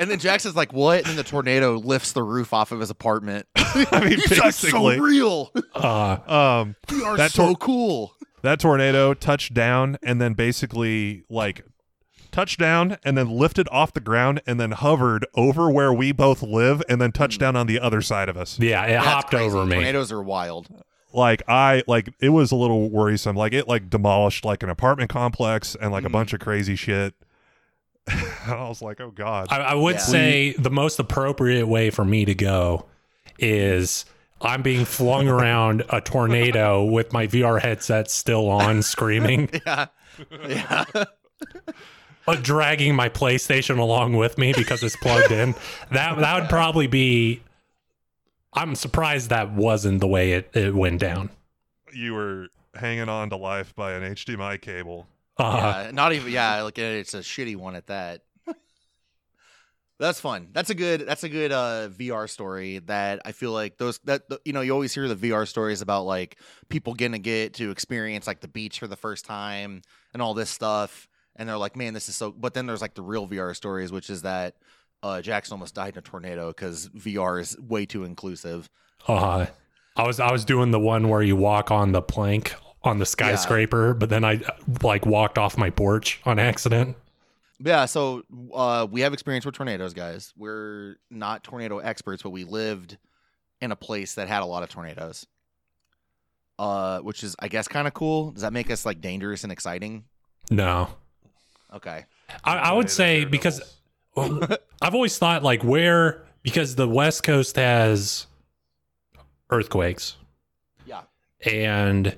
and then Jackson's like, what? And then the tornado lifts the roof off of his apartment.
I mean,
you guys so
basically.
real.
Uh,
um,
You are
That
so
tor-
cool.
that tornado touched down and then basically like touched down and then lifted off the ground and then hovered over where we both live and then
Hmm.
touched down on the other side of us.
yeah, it
That's
hopped
crazy.
over me.
Tornadoes are wild.
like I like it was a little worrisome. Like it like demolished like an apartment complex and
Hmm.
like a
Mm.
bunch of crazy shit. I was like, oh god.
I, I would
Yeah.
say the most appropriate way for me to go is I'm being flung around a tornado with my VR headset still on, screaming,
Yeah. Yeah.
uh, dragging my PlayStation along with me because it's plugged in. That that would probably be. I'm surprised that wasn't the way it, it went down.
you were hanging on to life by an HDMI cable.
Uh,
yeah. Not even yeah, like uh, it's a shitty one at that. that's fun. That's a good that's a good uh VR story that I feel like those that th- you know, you always hear the VR stories about like people gonna get to experience like the beach for the first time and all this stuff and they're like, "Man, this is so but then there's like the real VR stories which is that uh, Jackson almost died in a tornado because VR is way too inclusive.
uh, I was I was doing the one where you walk on the plank on the skyscraper, but then I uh, like walked off my porch on accident.
Yeah, so uh, we have experience with tornadoes, guys. We're not tornado experts, but we lived in a place that had a lot of tornadoes, uh, which is, I guess, kind of cool. Does that make us like dangerous and exciting?
No,
Okay,
I, I would say
Tornado
because
Daredevils.
I've always thought like where because the West Coast has earthquakes.
Yeah.
And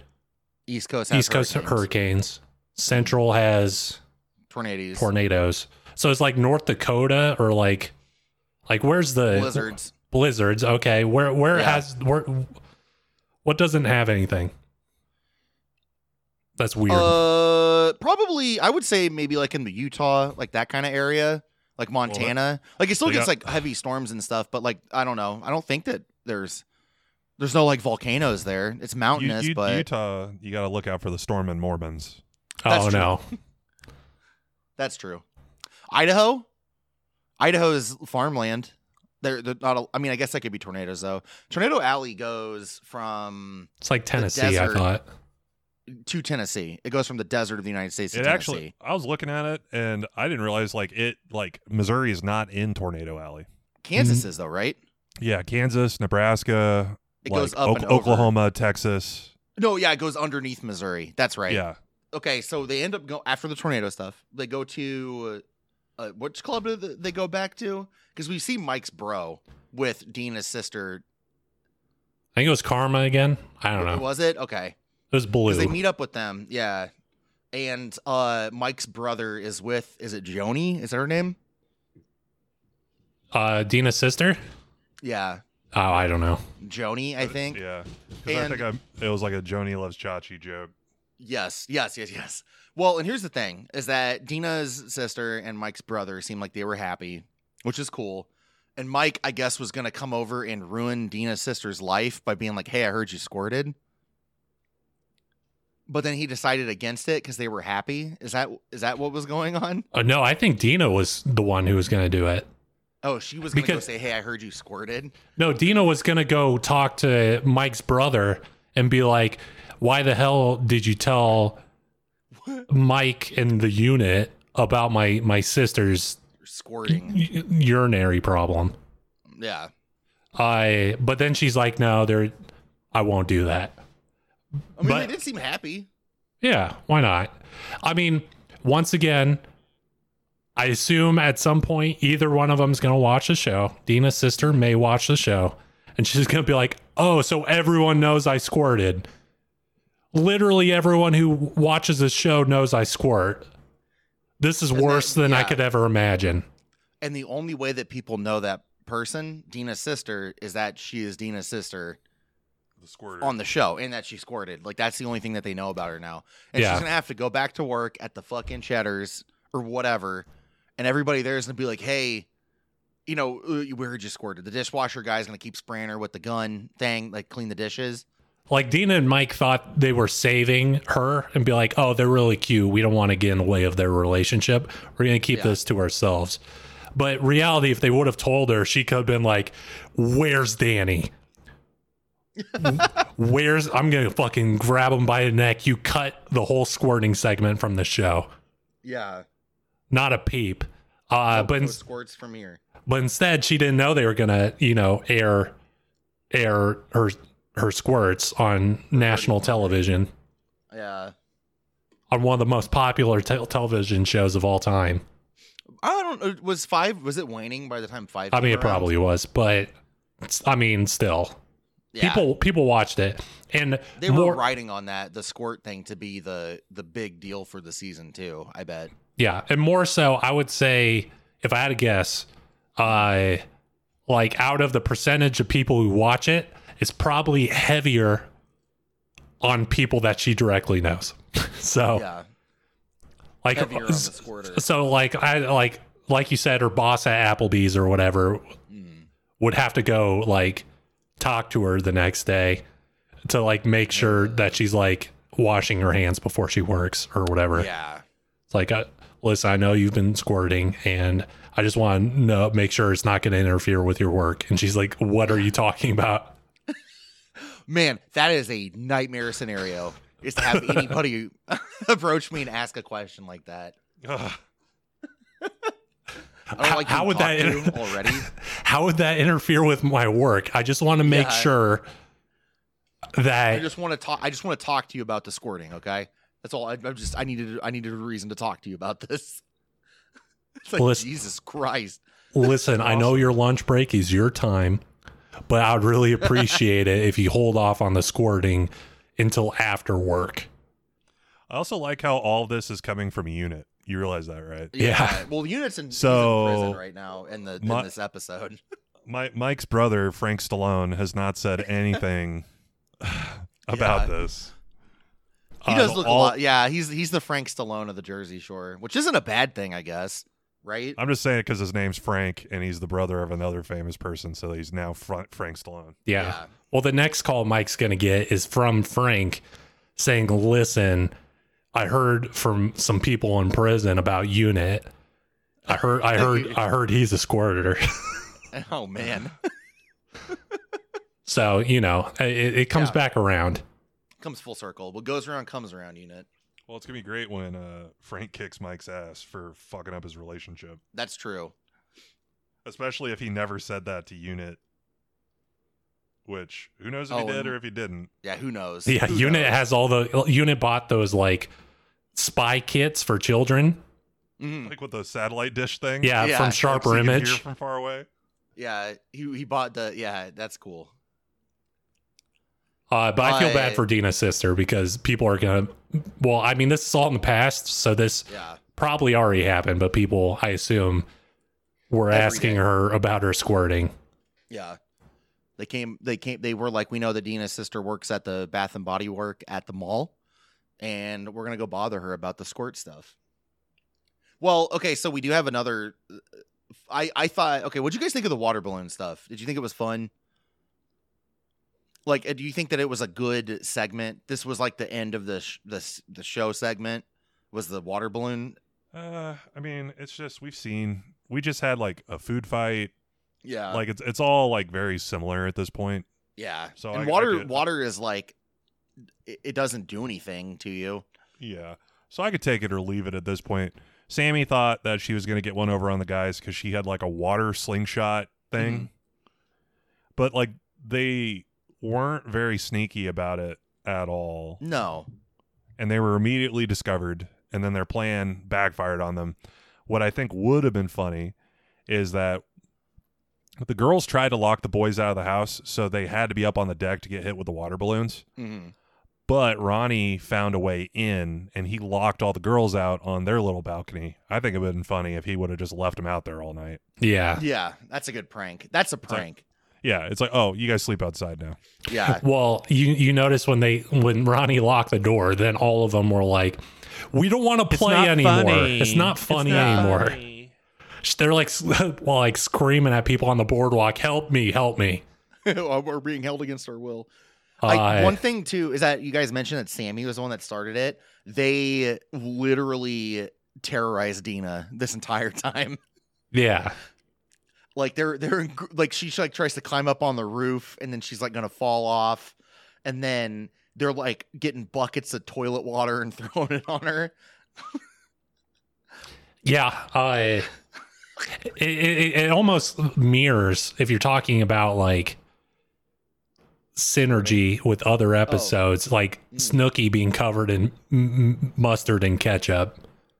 East Coast, has
East Coast
hurricanes,
hurricanes. Central has
tornadoes,
tornadoes. So it's like North Dakota or like like where's the
blizzards.
blizzards? Okay. Where where
Yeah.
has where what doesn't have anything? That's weird.
Uh, probably I would say maybe like in the Utah, like that kind of area, like Montana. like it still
they
gets
got-
like heavy storms and stuff, but like I don't know. I don't think that there's there's no like volcanoes there. It's
You-
mountainous,
you-
but
Utah, you got to look out for the storm and Mormons.
oh
that's true.
no.
that's true. Idaho, Idaho is farmland. There, are not. A, I mean, I guess that could be tornadoes though. Tornado Alley goes from
It's like Tennessee, I
desert.
thought.
to Tennessee. It goes from the desert of the United States to
It
Tennessee.
actually, I was looking at it and I didn't realize like it like Missouri is not in Tornado Alley.
Kansas
Mm-hmm.
is though, right?
Yeah, Kansas, Nebraska,
It
like,
goes up
Ok-
and over.
Oklahoma, Texas.
No, yeah, it goes underneath Missouri. That's right.
Yeah,
okay, so they end up go after the tornado stuff. They go to uh, uh, which club do th- they go back to? Because we see Mike's bro with Dina's sister.
I think it was Karma again. I don't know.
Was it okay?
It was blue.
Because they meet up with them, yeah. And uh, Mike's brother is with is it Joni? Is that her name?
uh Dina's sister?
Yeah,
Oh, I don't know.
Joni, I think.
Yeah, 'Cause I
And-
think I, it was like a Joni loves Chachi joke.
Yes, yes, yes, yes. Well, and here's the thing is that Dina's sister and Mike's brother seemed like they were happy, which is cool. And Mike, I guess, was going to come over and ruin Dina's sister's life by being like, hey, I heard you squirted. But then he decided against it because they were happy. Is that is that what was going on?
Uh, no, I think Dina was the one who was going to do it.
Oh, she was going to go
Because-
say, hey, I heard you squirted.
No, Dina was going to go talk to Mike's brother and be like, why the hell did you tell Mike and the unit about my, my sister's
Squirting.
u- urinary problem?
Yeah.
I, but then she's like, no, there, I won't do that.
I mean,
But-
they did seem happy.
Yeah, why not? I mean, once again, I assume at some point either one of them's going to watch the show. Dina's sister may watch the show and she's going to be like, "Oh, so everyone knows I squirted." Literally everyone who watches this show knows I squirt. This is
Isn't that-
worse than I
yeah.
could ever imagine.
And the only way that people know that person, Dina's sister, is that she is Dina's sister
The squirter.
on the show and that she squirted. Like that's the only thing that they know about her now. And
Yeah.
she's gonna have to go back to work at the fucking Cheddar's or whatever, and everybody there is gonna be like, "Hey, you know, uh, you- we heard you squirted." The dishwasher guy's gonna keep spraying her with the gun thing, like clean the dishes.
Like Dina and Mike thought they were saving her and be like, "Oh, they're really cute. We don't want to get in the way of their relationship. We're going to keep
Yeah.
this to ourselves." But reality, if they would have told her, she could have been like, "Where's Danny? Where's I'm going to fucking grab him by the neck. You cut the whole squirting segment from the show.
Yeah,
Not a peep." Uh, but in-
squirts from here.
but instead she didn't know they were gonna you know air air her her squirts on national television
Yeah,
on one of the most popular tel television shows of all time
I don't. uh, Was five? Was it waning by the time five?
i
came
mean it
around?
probably was but it's- i mean still
Yeah.
people people watched it and
They
more
were riding on that the squirt thing to be the the big deal for the season too. I bet.
yeah and more so i would say if i had to guess uh like out of the percentage of people who watch it it's probably heavier on people that she directly knows so
Yeah,
Oh. like
heavier on the squirter.
so like i like like you said her boss at applebee's or whatever
Mm.
would have to go like talk to her the next day to like make sure that she's like washing her hands before she works or whatever
Yeah.
it's like uh, listen i know you've been squirting and i just want to know make sure it's not going to interfere with your work and she's like what are you talking about
Man, that is a nightmare scenario. Is to have anybody approach me and ask a question like that.
Ugh.
I don't
How-
like
how
being
would
talked
that-
to already?
how would that interfere with my work i just want to make
Yeah.
sure
I
that
just want to talk. I just want to talk to you about the squirting. Okay, that's all. I, I'm just. I needed. I needed a reason to talk to you about this. It's like
Well, it's-
Jesus Christ.
Listen, I know your lunch break is your time, but I would really appreciate it if you hold off on the squirting until after work.
I also like how all this is coming from unit. You realize that, right?
Yeah.
Well, units in, he's in
So-
prison right now in the
My-
in this episode.
My, Mike's brother Frank Stallone has not said anything about this.
He
uh,
Out
does
of
look
all-
a lot. Yeah, he's he's the Frank Stallone of the Jersey Shore, which isn't a bad thing, I guess.
Uh,
Right?
I'm just saying it because his name's Frank, and he's the brother of another famous person, so he's now Fran- Frank Stallone.
Yeah. Well, the next call Mike's going to get is from Frank saying, Listen, I heard from some people in prison about unit. I heard, I heard, I heard he's a squirter.
Oh man,
So, you know, it, it comes
Yeah.
back around.
comes full circle. What goes around comes around. Unit.
Well, it's gonna be great when uh, Frank kicks Mike's ass for fucking up his relationship,
That's true.
especially if he never said that to Unit. Which who knows if
Oh,
he did
and-
or if he didn't.
Yeah, who knows?
Yeah.
Who
unit
knows?
has all the, unit bought those like spy kits for children.
Mhm.
Like with the satellite dish thing.
Yeah,
Yeah. From
like,
Like,
Sharper
so you can hear
Image.
from far away.
Yeah, he he bought the. Yeah, that's cool.
Uh, but I feel bad
I-
for Dina's sister because people are gonna. Well, I mean, this is all in the past, so this
Yeah,
probably already happened. But people, I assume, were
Every
asking
day.
her about her squirting.
yeah. They came. They came. They were like, we know that Dina's sister works at the Bath and Body Work at the mall, and we're gonna go bother her about the squirt stuff. Well, okay, so we do have another. uh, I I thought, okay, what'd you guys think of the water balloon stuff? Did you think it was fun? Like, uh, do you think that it was a good segment? This was like the end of the sh- the s- the show segment. Was the water balloon?
Uh, I mean, it's just we've seen we just had like a food fight.
Yeah,
like it's it's all like very similar at this point.
yeah.
so
and
I- I
water
get-
water is like it, it doesn't do anything to you.
Yeah. So I could take it or leave it at this point. Sammy thought that she was going to get one over on the guys cuz she had like a water slingshot thing. But like they weren't very sneaky about it at all.
No,
and they were immediately discovered and then their plan backfired on them what i think would have been funny is that the girls tried to lock the boys out of the house so they had to be up on the deck to get hit with the water balloons
Mhm.
but ronnie found a way in and he locked all the girls out on their little balcony i think it would have been funny if he would have just left them out there all night
Yeah.
yeah, that's a good prank. That's a
like-
prank.
yeah it's like oh you guys sleep outside now
Yeah,
Well, you you notice when they when Ronnie locked the door, then all of them were like, "We don't want to play
not
anymore.
funny.
It's not
It's
funny
not
anymore."
funny.
They're like well, like screaming at people on the boardwalk, "Help me! Help me!"
we're being held against our will.
Uh,
I, one thing too is that you guys mentioned that Sammy was the one that started it. They literally terrorized Dina this entire time.
yeah,
Like they're they're in gr- like she like tries to climb up on the roof and then she's like gonna fall off, and then they're like getting buckets of toilet water and throwing it on her.
yeah. I it, it, it almost mirrors if you're talking about like synergy with other episodes, like
Mm.
Snooky being covered in m- m- mustard and ketchup.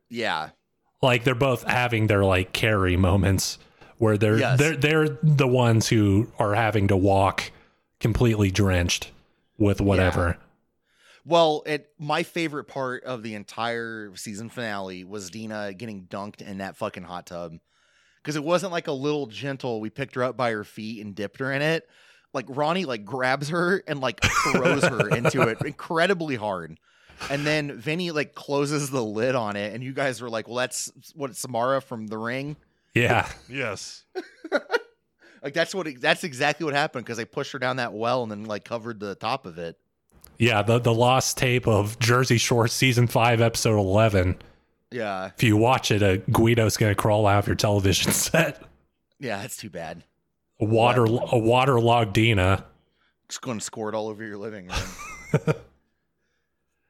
Yeah,
like they're both having their like carry moments where they're
Yes.
they're they're the ones who are having to walk completely drenched with whatever.
Well, it my favorite part of the entire season finale was Dina getting dunked in that fucking hot tub. Cause it wasn't like a little gentle. We picked her up by her feet and dipped her in it. Like Ronnie like grabs her and like throws her into it incredibly hard. And then Vinny like closes the lid on it, and you guys were like, "Well, that's what Samara from The Ring."
Yeah.
yes
Like that's what e, that's exactly what happened because they pushed her down that well and then like covered the top of it.
Yeah, the the lost tape of Jersey Shore season 5 episode 11.
Yeah,
If you watch it, a Guido's going to crawl out of your television set.
yeah, that's too bad.
A water a waterlogged Dina.
just going to squirt all over your living room.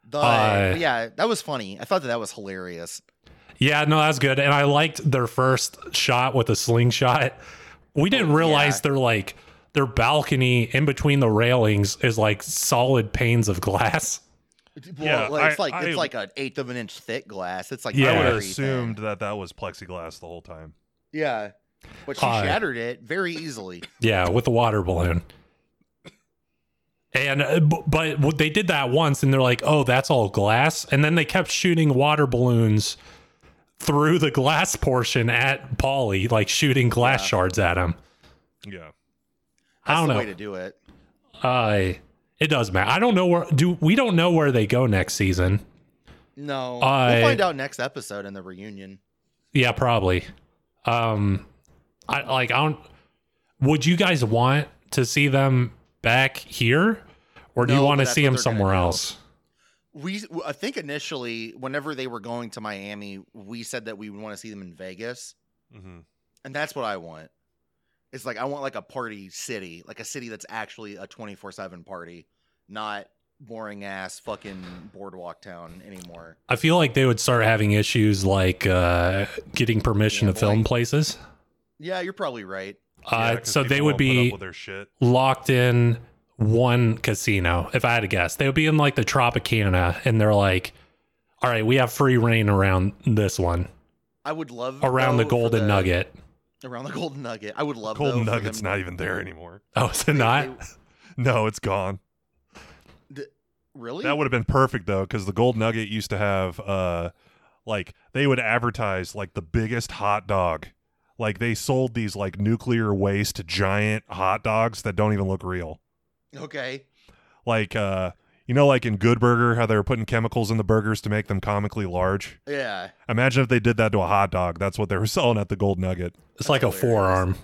the,
Uh,
but yeah, that was funny. I thought that that was hilarious.
Yeah, no, that's good. And I liked their first shot with a slingshot. We didn't
Oh,
realize
yeah.
their like their balcony in between the railings is like solid panes of glass.
Well,
Yeah,
like, it's
I-
like
I-
it's like an eighth of an inch thick glass. It's like
Yeah.
i would have
very thin.
assumed that that was plexiglass the whole time
Yeah, but she
Uh,
shattered it very easily.
Yeah, with a water balloon. And uh, b- but what- they did that once, and they're like, "Oh, that's all glass." And then they kept shooting water balloons through the glass portion at Polly, like shooting glass
Yeah.
shards at him.
yeah
That's
I don't
the
know.
way to do it.
I it does matter. I don't know where do we don't know where they go next season.
No,
I-
we'll find out next episode in the reunion.
Yeah, probably. Um I like I don't would you guys want to see them back here or do
No,
you
but
want to
that's
see
what
them
they're gonna
somewhere
do.
else?
We, I think initially, whenever they were going to Miami, we said that we would want to see them in Vegas.
mm-hmm.
And that's what I want. It's like I want like a party city, like a city that's actually a 24/7 party, not boring ass fucking boardwalk town anymore.
I feel like they would start having issues like uh getting permission
Yeah,
to film
boy.
places.
Yeah, you're probably right.
Uh so they would
put
be
up with their shit
locked in one casino, if I had to guess. They would be in like the Tropicana and they're like, All right, we have free reign around this one.
I would love
around the
though, Oh, for
golden nugget.
Around the golden nugget. I would love
Golden
though, for
Nugget's
them-
not even there anymore.
Oh, is it not?
No, it's gone.
Really?
That would have been perfect though, because the Gold Nugget used to have uh like they would advertise like the biggest hot dog. like they sold these like nuclear waste giant hot dogs that don't even look real.
Okay.
Like uh you know like in Good Burger how they were putting chemicals in the burgers to make them comically large?
Yeah.
Imagine if they did that to a hot dog. That's what they were selling at the Gold Nugget.
It's like a
hilarious.
forearm.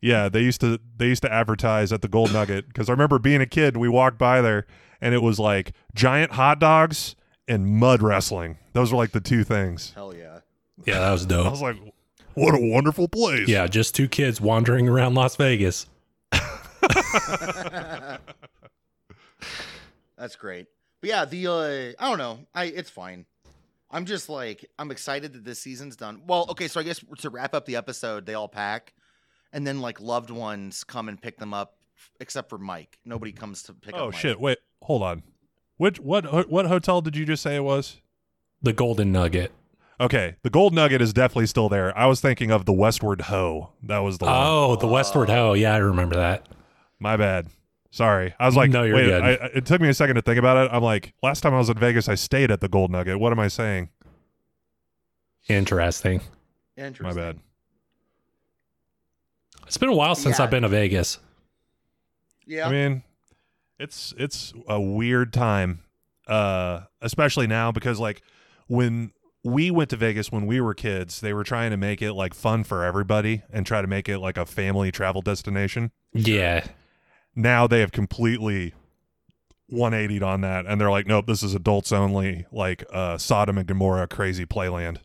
Yeah, they used to they used to advertise at the Gold Nugget because I remember being a kid. We walked by there, and it was like giant hot dogs and mud wrestling. Those were like the two things.
Hell yeah.
Yeah, that was
I
dope.
was like, "What a wonderful place!"
Yeah, just two kids wandering around Las Vegas.
That's great. But yeah, the uh I don't know. I it's fine. I'm just like I'm excited that this season's done. Well, okay, so I guess to wrap up the episode, they all pack and then like loved ones come and pick them up except for Mike. Nobody comes to pick up
Oh
Mike.
shit! Wait, hold on. Which what ho- what hotel did you just say it was?
The Golden Nugget.
Okay, the Gold Nugget is definitely still there. I was thinking of the Westward Ho. That was the one.
Oh, the Westward Ho. Yeah, I remember that.
My bad. Sorry. I was like,
No, you're
wait,
good.
I, I- it took me a second to think about it. I'm like, last time I was in Vegas, I stayed at the Gold Nugget. What am I saying?
Interesting.
My
Interesting.
bad.
It's been a while since
Yeah.
I've been to Vegas.
Yeah.
I mean, it's it's a weird time, uh, especially now because like when we went to Vegas when we were kids, they were trying to make it like fun for everybody and try to make it like a family travel destination.
Yeah.
Now they have completely 180'd on that, and they're like, nope, this is adults only, like uh, Sodom and Gomorrah, crazy playland.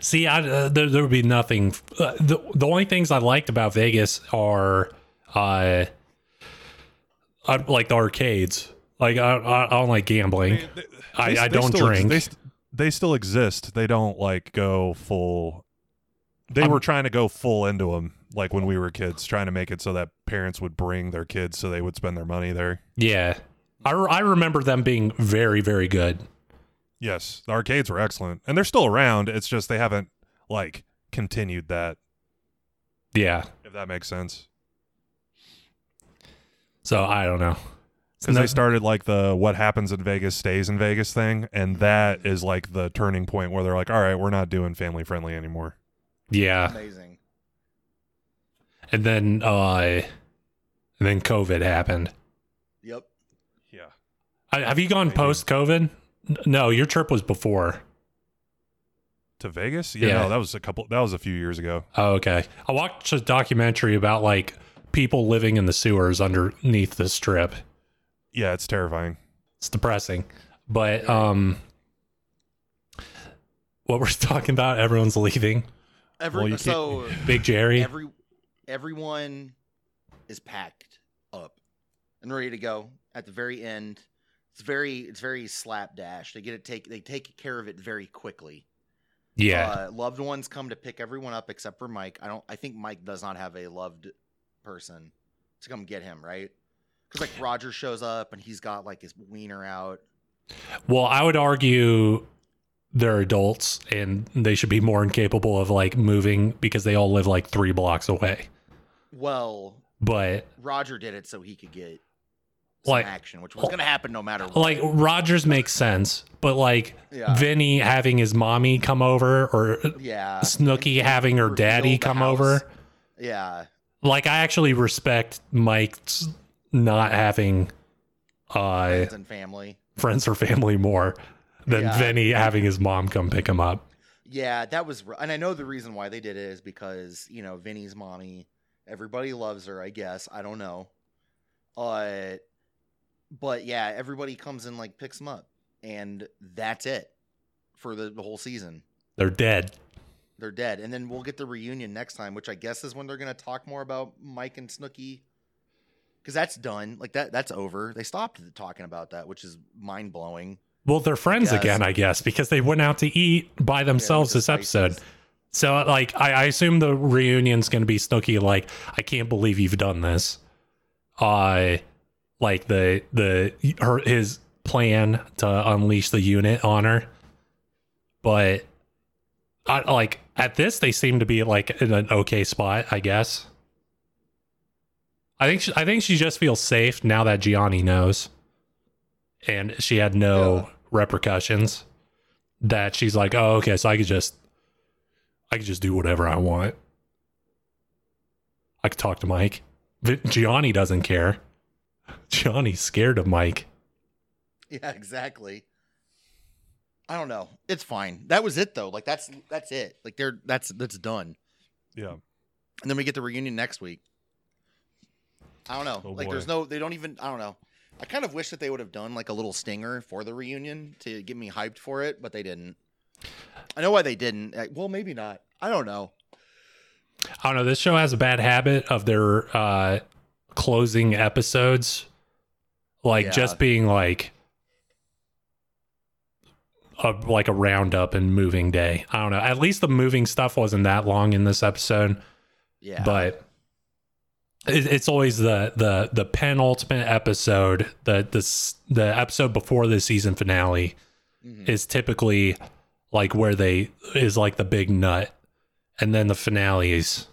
See, I, uh, there, there would be nothing. Uh, the, the only things I liked about Vegas are uh, I, like the arcades. Like, I, I, I don't like gambling.
They- they-
I,
they-
I
they
don't
still ex-
drink.
they, st- they still exist. They don't like go full. They
I'm-
were trying to go full into them, like when we were kids, trying to make it so that parents would bring their kids so they would spend their money there.
yeah. I, re- I remember them being very, very good.
Yes, the arcades were excellent, and they're still around. It's just they haven't like continued that.
Yeah.
If that makes sense,
So I don't know.
because
No-
they started like the "What happens in Vegas stays in Vegas" thing, and that is like the turning point where they're like, "All right, we're not doing family friendly anymore."
Yeah.
Amazing.
And then, uh, and then COVID happened.
Yep.
Yeah.
I, have you gone
Maybe.
post COVID? No, your trip was before.
To Vegas? Yeah,
Yeah.
No, that was a couple. That was a few years ago.
Oh, okay. I watched a documentary about like people living in the sewers underneath the strip.
Yeah, it's terrifying.
It's depressing. But um what we're talking about, everyone's leaving.
Every
Well, you can't-
so
Big Jerry.
every everyone is packed up and ready to go at the very end. It's very it's very slapdash. They get it take they take care of it very quickly.
yeah.
Uh, loved ones come to pick everyone up except for Mike. I don't I think Mike does not have a loved person to come get him, right? Cuz like Roger shows up and he's got like his wiener out.
well, I would argue they're adults and they should be more incapable of like moving because they all live like three blocks away.
Well,
But
Roger did it so he could get some
like
action, which was going to happen no matter what.
like Rogers makes sense, but like
Yeah.
Vinny having his mommy come over or
yeah.
Snooky
And
having her
revealed
daddy
the
come
house.
over.
Yeah.
Like I actually respect Mike's not having uh
friends and family.
friends or family more than
Yeah.
Vinny having his mom come pick him up.
Yeah, that was, r- and I know the reason why they did it is because you know Vinny's mommy. Everybody loves her, I guess. I don't know. Uh, but yeah, everybody comes and like picks them up, and that's it for the, the whole season.
They're dead.
They're dead, and then we'll get the reunion next time, which I guess is when they're gonna talk more about Mike and Snooky, because that's done. Like that, that's over. They stopped talking about that, which is mind blowing.
Well, they're friends
guess.
again, I guess, because they went out to eat by themselves this episode. So, like, I, I assume the reunion's going to be Snooky. Like, I can't believe you've done this. Uh, like the the her his plan to unleash the unit on her, but I like at this they seem to be like in an okay spot, I guess. I think she, I think she just feels safe now that Gianni knows, and she had no
Yeah.
repercussions. That she's like, oh, okay, so I could just I could just do whatever I want. I could talk to Mike. Vi- Gianni doesn't care. Gianni's scared of Mike.
Yeah, exactly. I don't know. It's fine. That was it though. Like that's that's it. Like they're that's that's done.
Yeah.
And then we get the reunion next week. I don't know.
Oh,
like
boy.
there's no they don't even I don't know. I kind of wish that they would have done like a little stinger for the reunion to get me hyped for it, but they didn't. I know why they didn't. Like, well, maybe not. I don't know.
I don't know. This show has a bad habit of their uh, closing episodes, like
Yeah.
just being like a like a roundup and moving day. I don't know. At least the moving stuff wasn't that long in this episode,
Yeah.
but it, it's always the the the penultimate episode, the the s- the episode before the season finale
Mhm.
is typically like where they is like the big nut and then the finale is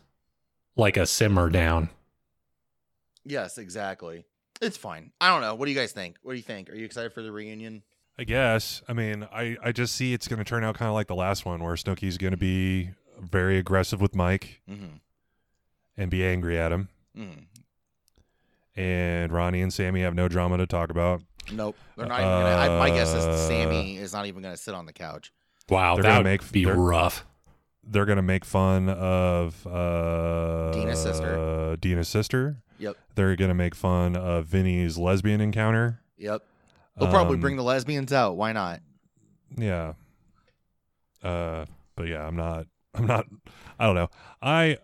like a simmer down
yes, exactly. It's fine. I don't know. What do you guys think? What do you think? Are you excited for the reunion?
I guess. I mean, I, I just see it's going to turn out kind of like the last one where Snooki's going to be very aggressive with Mike
Mm-hmm.
and be angry at him.
Mm-hmm.
And Ronnie and Sammy have no drama to talk about.
Nope. They're not even gonna, I, my guess is
Uh,
Sammy is not even going to sit on the couch.
wow
They're
that
gonna
would
make-
be
they're-
rough
They're going to make fun of uh,
Dina's sister.
uh, Dina's sister.
Yep.
They're going to make fun of Vinny's lesbian encounter.
Yep. They'll probably
Um,
bring the lesbians out. Why not?
Yeah. Uh but yeah, I'm not I'm not I don't know. I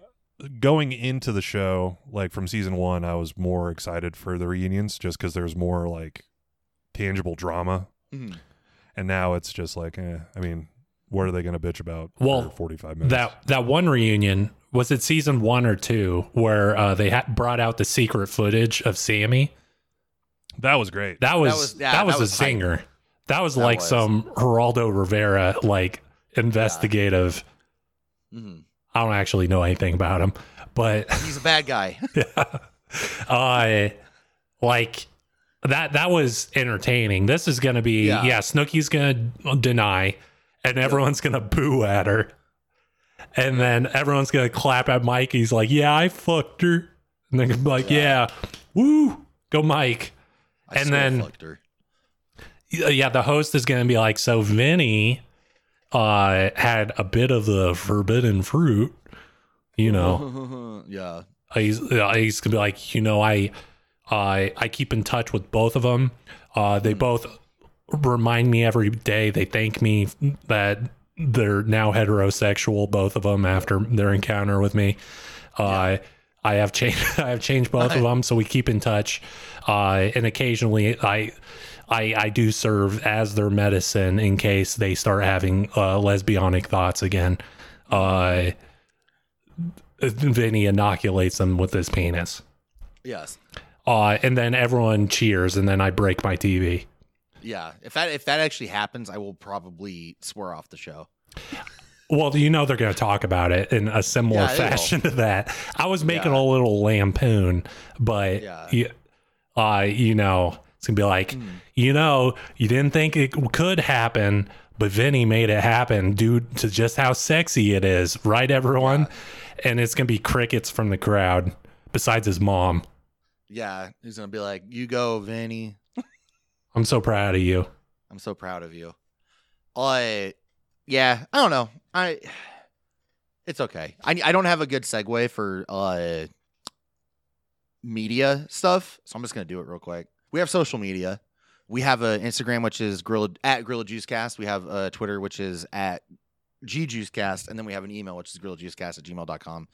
going into the show like from season 1, I was more excited for the reunions just cuz there's more like tangible drama.
Mhm.
And now it's just like eh, I mean, what are they going to bitch about
Well,
for 45 minutes?
that that one reunion was it season one or two where uh, they ha- brought out the secret footage of sammy
that was great.
that was that was,
was- yeah, that
a
was hype.
singer that was
That
like
was.
some geraldo rivera like investigative
Mhm.
i don't actually know anything about him but
He's a bad guy.
yeah. Uh, like that that was entertaining. This is gonna be yeah,
Yeah.
Snooki's gonna deny and everyone's gonna boo at her. And then everyone's gonna clap at Mike. He's like, Yeah, I fucked her. And they're gonna be like, Yeah, woo, go Mike.
I
And
swear I
then-
fucked her.
Uh, Yeah, the host is gonna be like, So Vinny uh had a bit of the forbidden fruit, you know.
yeah.
he's uh, he's gonna be like, you know, I I I keep in touch with both of them. Uh, they both remind me every day. They thank me that they're now heterosexual, both of them after their encounter with me. Uh, I have changed. I have changed both of them, so we keep in touch. Uh, and occasionally, I. I, I do serve as their medicine in case they start having uh, lesbianic thoughts again. Uh, Vinny inoculates them with his penis.
Yes.
Uh, and then everyone cheers, and then I break my TV.
Yeah. If that if that actually happens, I will probably swear off the show.
Well, you know they're going to talk about it in a similar
Yeah, they will.
fashion to that. I was making
Yeah.
a little lampoon, but
Yeah. Hmm.
you, uh, you know, it's going to be like, you know, you didn't think it could happen, but Vinny made it happen due to just how sexy it is, right, everyone? And it's going to be crickets from the crowd, besides his mom.
Yeah. He's gonna be like, "You go, Vinny.
I'm so proud of you.
I'm so proud of you." I. Yeah. I don't know. I. It's okay. I I don't have a good segue for uh media stuff, so I'm just gonna do it real quick. We have social media. We have an Instagram which is Gorilla at Gorilla Juicecast. We have a Twitter which is at gjuicecast, and then we have an email which is gorillajuicecast at gmail.com.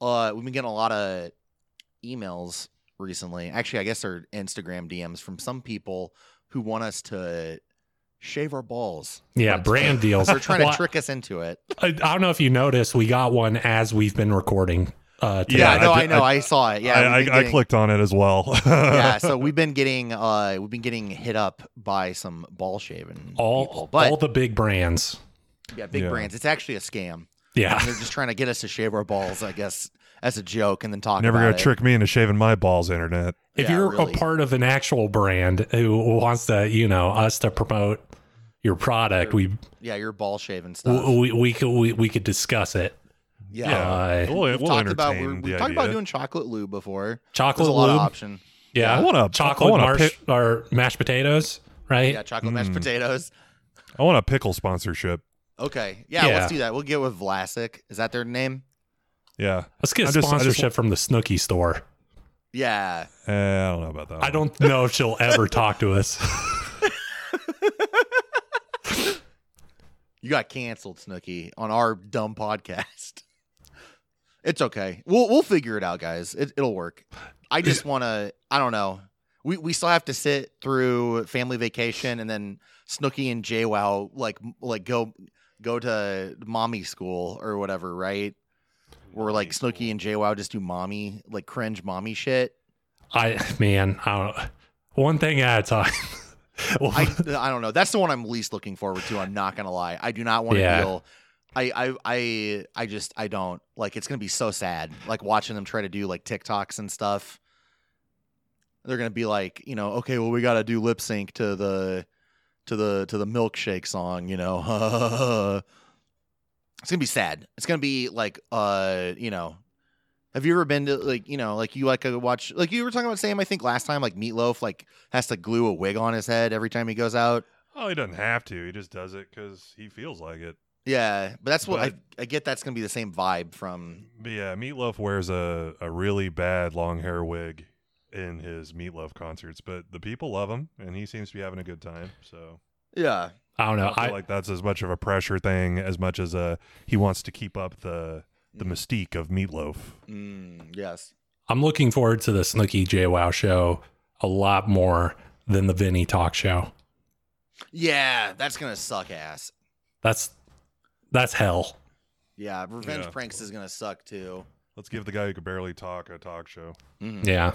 Uh, we've been getting a lot of emails recently. Actually, I guess they're Instagram DMs from some people who want us to shave our balls.
Yeah,
But-
brand deals.
They're trying
Well,
to trick us into it.
I, I don't know if you noticed, we got one as we've been recording. Uh, today.
Yeah, I
Yeah, no,
ju-
I, know. I, saw it. Yeah,
I, I,
we've been
I
getting-
clicked on it as well.
yeah, so we've been getting uh we've been getting hit up by some ball shaving
all
people, but
all the big brands.
yeah, big
Yeah.
brands. It's actually a scam.
Yeah,
They're just trying to get us to shave our balls, I guess, as a joke, and then talk.
Never
about
going to
it.
trick me into shaving my balls, internet.
if
Yeah,
you're
really.
a part of an actual brand who wants to, you know, us to promote your product, we
Yeah, your ball shaving stuff.
we we could we, we could discuss it.
Yeah.
Uh,
we'll, we'll
We've talked about
entertain
we
the
we talked about
idea.
doing chocolate lube before.
chocolate
There's a lot
lube.
of option.
Yeah,
I want a
chocolate
I want a,
marsh
pic-
or mashed potatoes, right?
Yeah, chocolate mashed
Mm.
potatoes.
I want a pickle sponsorship.
Okay. Yeah,
Yeah.
let's do that. We'll get with Vlasic. Is that their name?
Yeah,
Let's get
I
a
just- I just
sponsorship from the Snooky store.
Yeah.
Eh, I don't know about that.
I
one.
don't know if she'll ever talk to us.
You got canceled, Snooky, on our dumb podcast. It's okay. We'll we'll figure it out, guys. It, it'll work. I just want to. I don't know. We we still have to sit through family vacation and then Snooky and JWoww like like go go to mommy school or whatever, right? Where like Snooky and JWoww just do mommy like cringe mommy shit.
I man, I don't. One thing at a time. Well,
I I don't know. That's the one I'm least looking forward to. I'm not gonna lie. I do not want to
Yeah.
deal. I, I I I just I don't like. It's gonna be so sad. Like watching them try to do like TikToks and stuff. They're gonna be like, you know, okay, well, we gotta do lip sync to the to the to the milkshake song. You know, it's gonna be sad. It's gonna be like, uh, you know. Have you ever been to like you know like you like to watch like you were talking about Sam I think last time like Meatloaf like has to glue a wig on his head every time he goes out.
Oh, he doesn't have to. He just does it because he feels like it.
Yeah, but that's what I, I get. That's gonna be the same vibe from.
But yeah, Meatloaf wears a, a really bad long hair wig in his Meatloaf concerts, but the people love him, and he seems to be having a good time. So
Yeah,
I don't know.
I feel
I
like that's as much of a pressure thing as much as uh, he wants to keep up the the
Mm.
mystique of Meatloaf.
Mm, yes.
I'm looking forward to the Snooky J Wow show a lot more than the Vinny talk show.
Yeah, that's gonna suck ass.
That's that's hell.
Yeah, revenge
Yeah.
pranks is gonna suck too.
Let's give the guy who could barely talk a talk show.
Mm.
Yeah.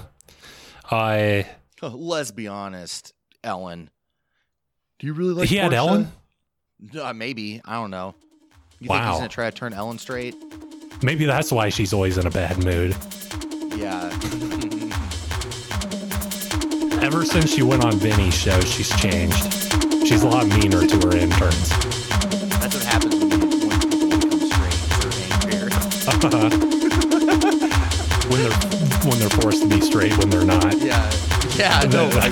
I
Let's be honest, Ellen. Do you really like?
he had
Portia?
Ellen.
Uh, maybe I don't know. You think
Wow.
he's gonna try to turn Ellen straight?
Maybe that's why she's always in a bad mood.
Yeah.
Ever since she went on Vinny's show, she's changed. She's a lot meaner to her interns.
That's what happens when you when people become straight. They're angry.
When they're when they're forced to be straight when they're not.
Yeah, yeah. No,
No,
I,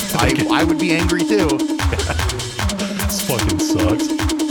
I, I would be angry too.
This fucking sucks.